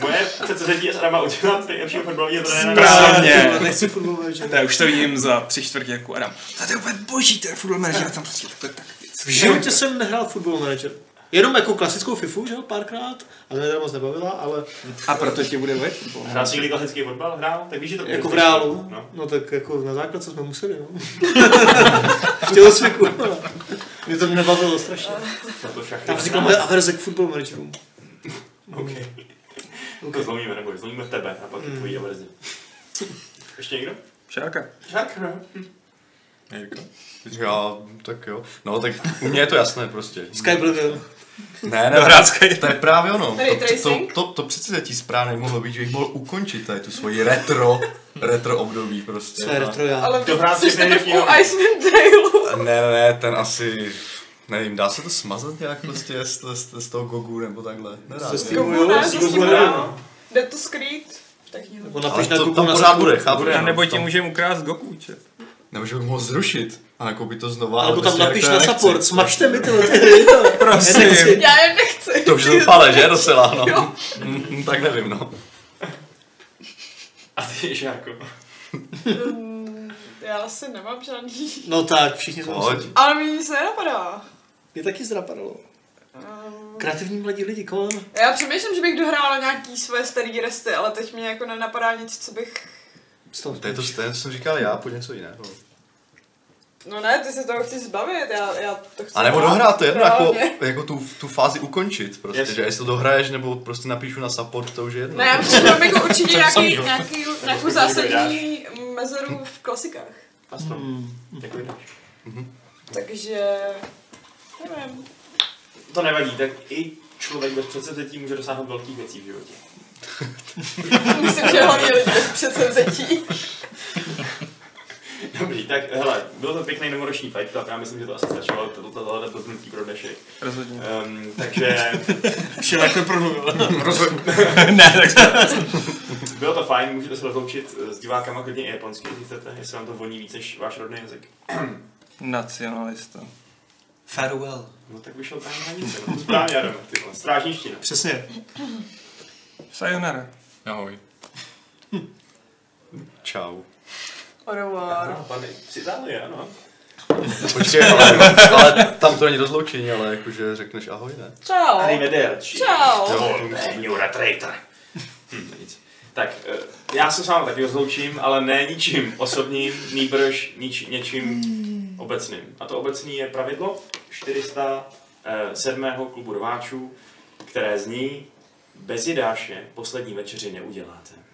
moje předsevzetí s Adama udělat nejlepšího fotbalového trenéra. Správně. Nechci Football Manager. Ne, už to vidím za tři čtvrtě jako Adam. To je úplně boží, ten football manager, tam prostě takhle tak. V životě jsem nehrál Football Manager. Jenom jako klasickou FIFU, že jo, párkrát, ale mě teda moc nebavila, ale A proto tě bude vojet football. Hrál si někdy klasický fotbal? Hrál? Tak víš, že to... jako v reálu, No. no tak jako na základce jsme museli, <laughs> no. v tělocviku, no. Mě to nebavilo strašně. Na to šachy. Tam vznikla moje averze k Football Manageru. Okay. To Okay. zlomíme, nebo zlomíme tebe a pak mm. tvojí averzi. Ještě někdo? Šárka. Tak, Já, tak jo. No, tak u mě je to jasné prostě. Sky Oblivion. Ne, ne, Dohrádský. to je právě ono. Ray To, to, tracing? to, to předsevzetí správně mohlo být, že bych mohl ukončit tady tu svoji retro, retro období prostě. Své retro já. Ale Dobrá, jsi jsi nejlepší teprve u hra. Icewind Dale. Ne, ne, ne, ten asi, nevím, dá se to smazat nějak prostě z, z, z toho gogu nebo takhle? Nedá. Se ne? Steam- Komu jo, ne, si to s tím Google dá. Jde to skrýt. Tak jenom. Nebo napiš Prostě Ale na to, Google to na pořád sekundu. bude, chápu. A nebo no, ti tam- můžeme ukrást Goku, če? Nebo že bych mohl zrušit a nakoupit to znova. ale Alebo tam prostě jak napiš to na já nechci. support, <laughs> smažte mi tyhle ty hry. jo. Prosím. Nechci. Já je nechci. To už je dopadne, že? Docela, <laughs> Jo. no. Mm, tak nevím, no. A ty, Žárko. Mm, <laughs> Já asi nemám žádný. No tak, všichni jsme Pojď. museli. Ale mi nic nenapadá. Mě taky zrapadalo. Ehm, Kreativní mladí lidi, kolem. Já přemýšlím, že bych dohrála nějaký svoje starý resty, ale teď mě jako nenapadá nic, co bych... To je to stejné, co jsem říkal já, po něco jiného. No ne, ty se toho chci zbavit, já, já to chci... A nebo hrát. dohrát to jedno, jako, Právě. jako tu, tu fázi ukončit prostě, Jasně. že jestli to dohraješ nebo prostě napíšu na support, to už je jedno. Ne, já myslím, že tam jako určitě samý, nějaký, jo. nějaký, nějakou zásadní mezeru v klasikách. Aspoň. Děkuji. Takže... Nevím. To nevadí, tak i člověk bez předsevzetí může dosáhnout velkých věcí v životě. Myslím, že hlavně lidi přece vzetí. Dobrý, tak hele, byl to pěkný novoroční fight club, já myslím, že to asi stačilo, tohle tohle doplnutí pro dnešek. Rozhodně. Um, takže Vše takhle promluvil. Rozhodně. <laughs> ne, tak bylo to fajn, můžete se rozloučit eh, s divákama klidně i japonsky, jestli chcete, jestli vám to voní víc než váš rodný jazyk. Nacionalista. Farewell. No tak vyšel tam hranice, no to správně, Adam, ty vole, strážniština. Přesně. Sayonara. Ahoj. Čau. Orovar. Ano, pane, z Itálie, ano. Počkej, ale, <laughs> ale tam to není rozloučení, ale jakože řekneš ahoj, ne? Čau. Arrivederci. Čau. Jura Traitor. Hm, to nic. Tak, eh, já se s vámi taky rozloučím, ale ne ničím osobním, nýbrž nič, něčím Hmm. obecným. A to obecní je pravidlo eh, 407. klubu rváčů, které zní bez jedáše poslední večeři neuděláte.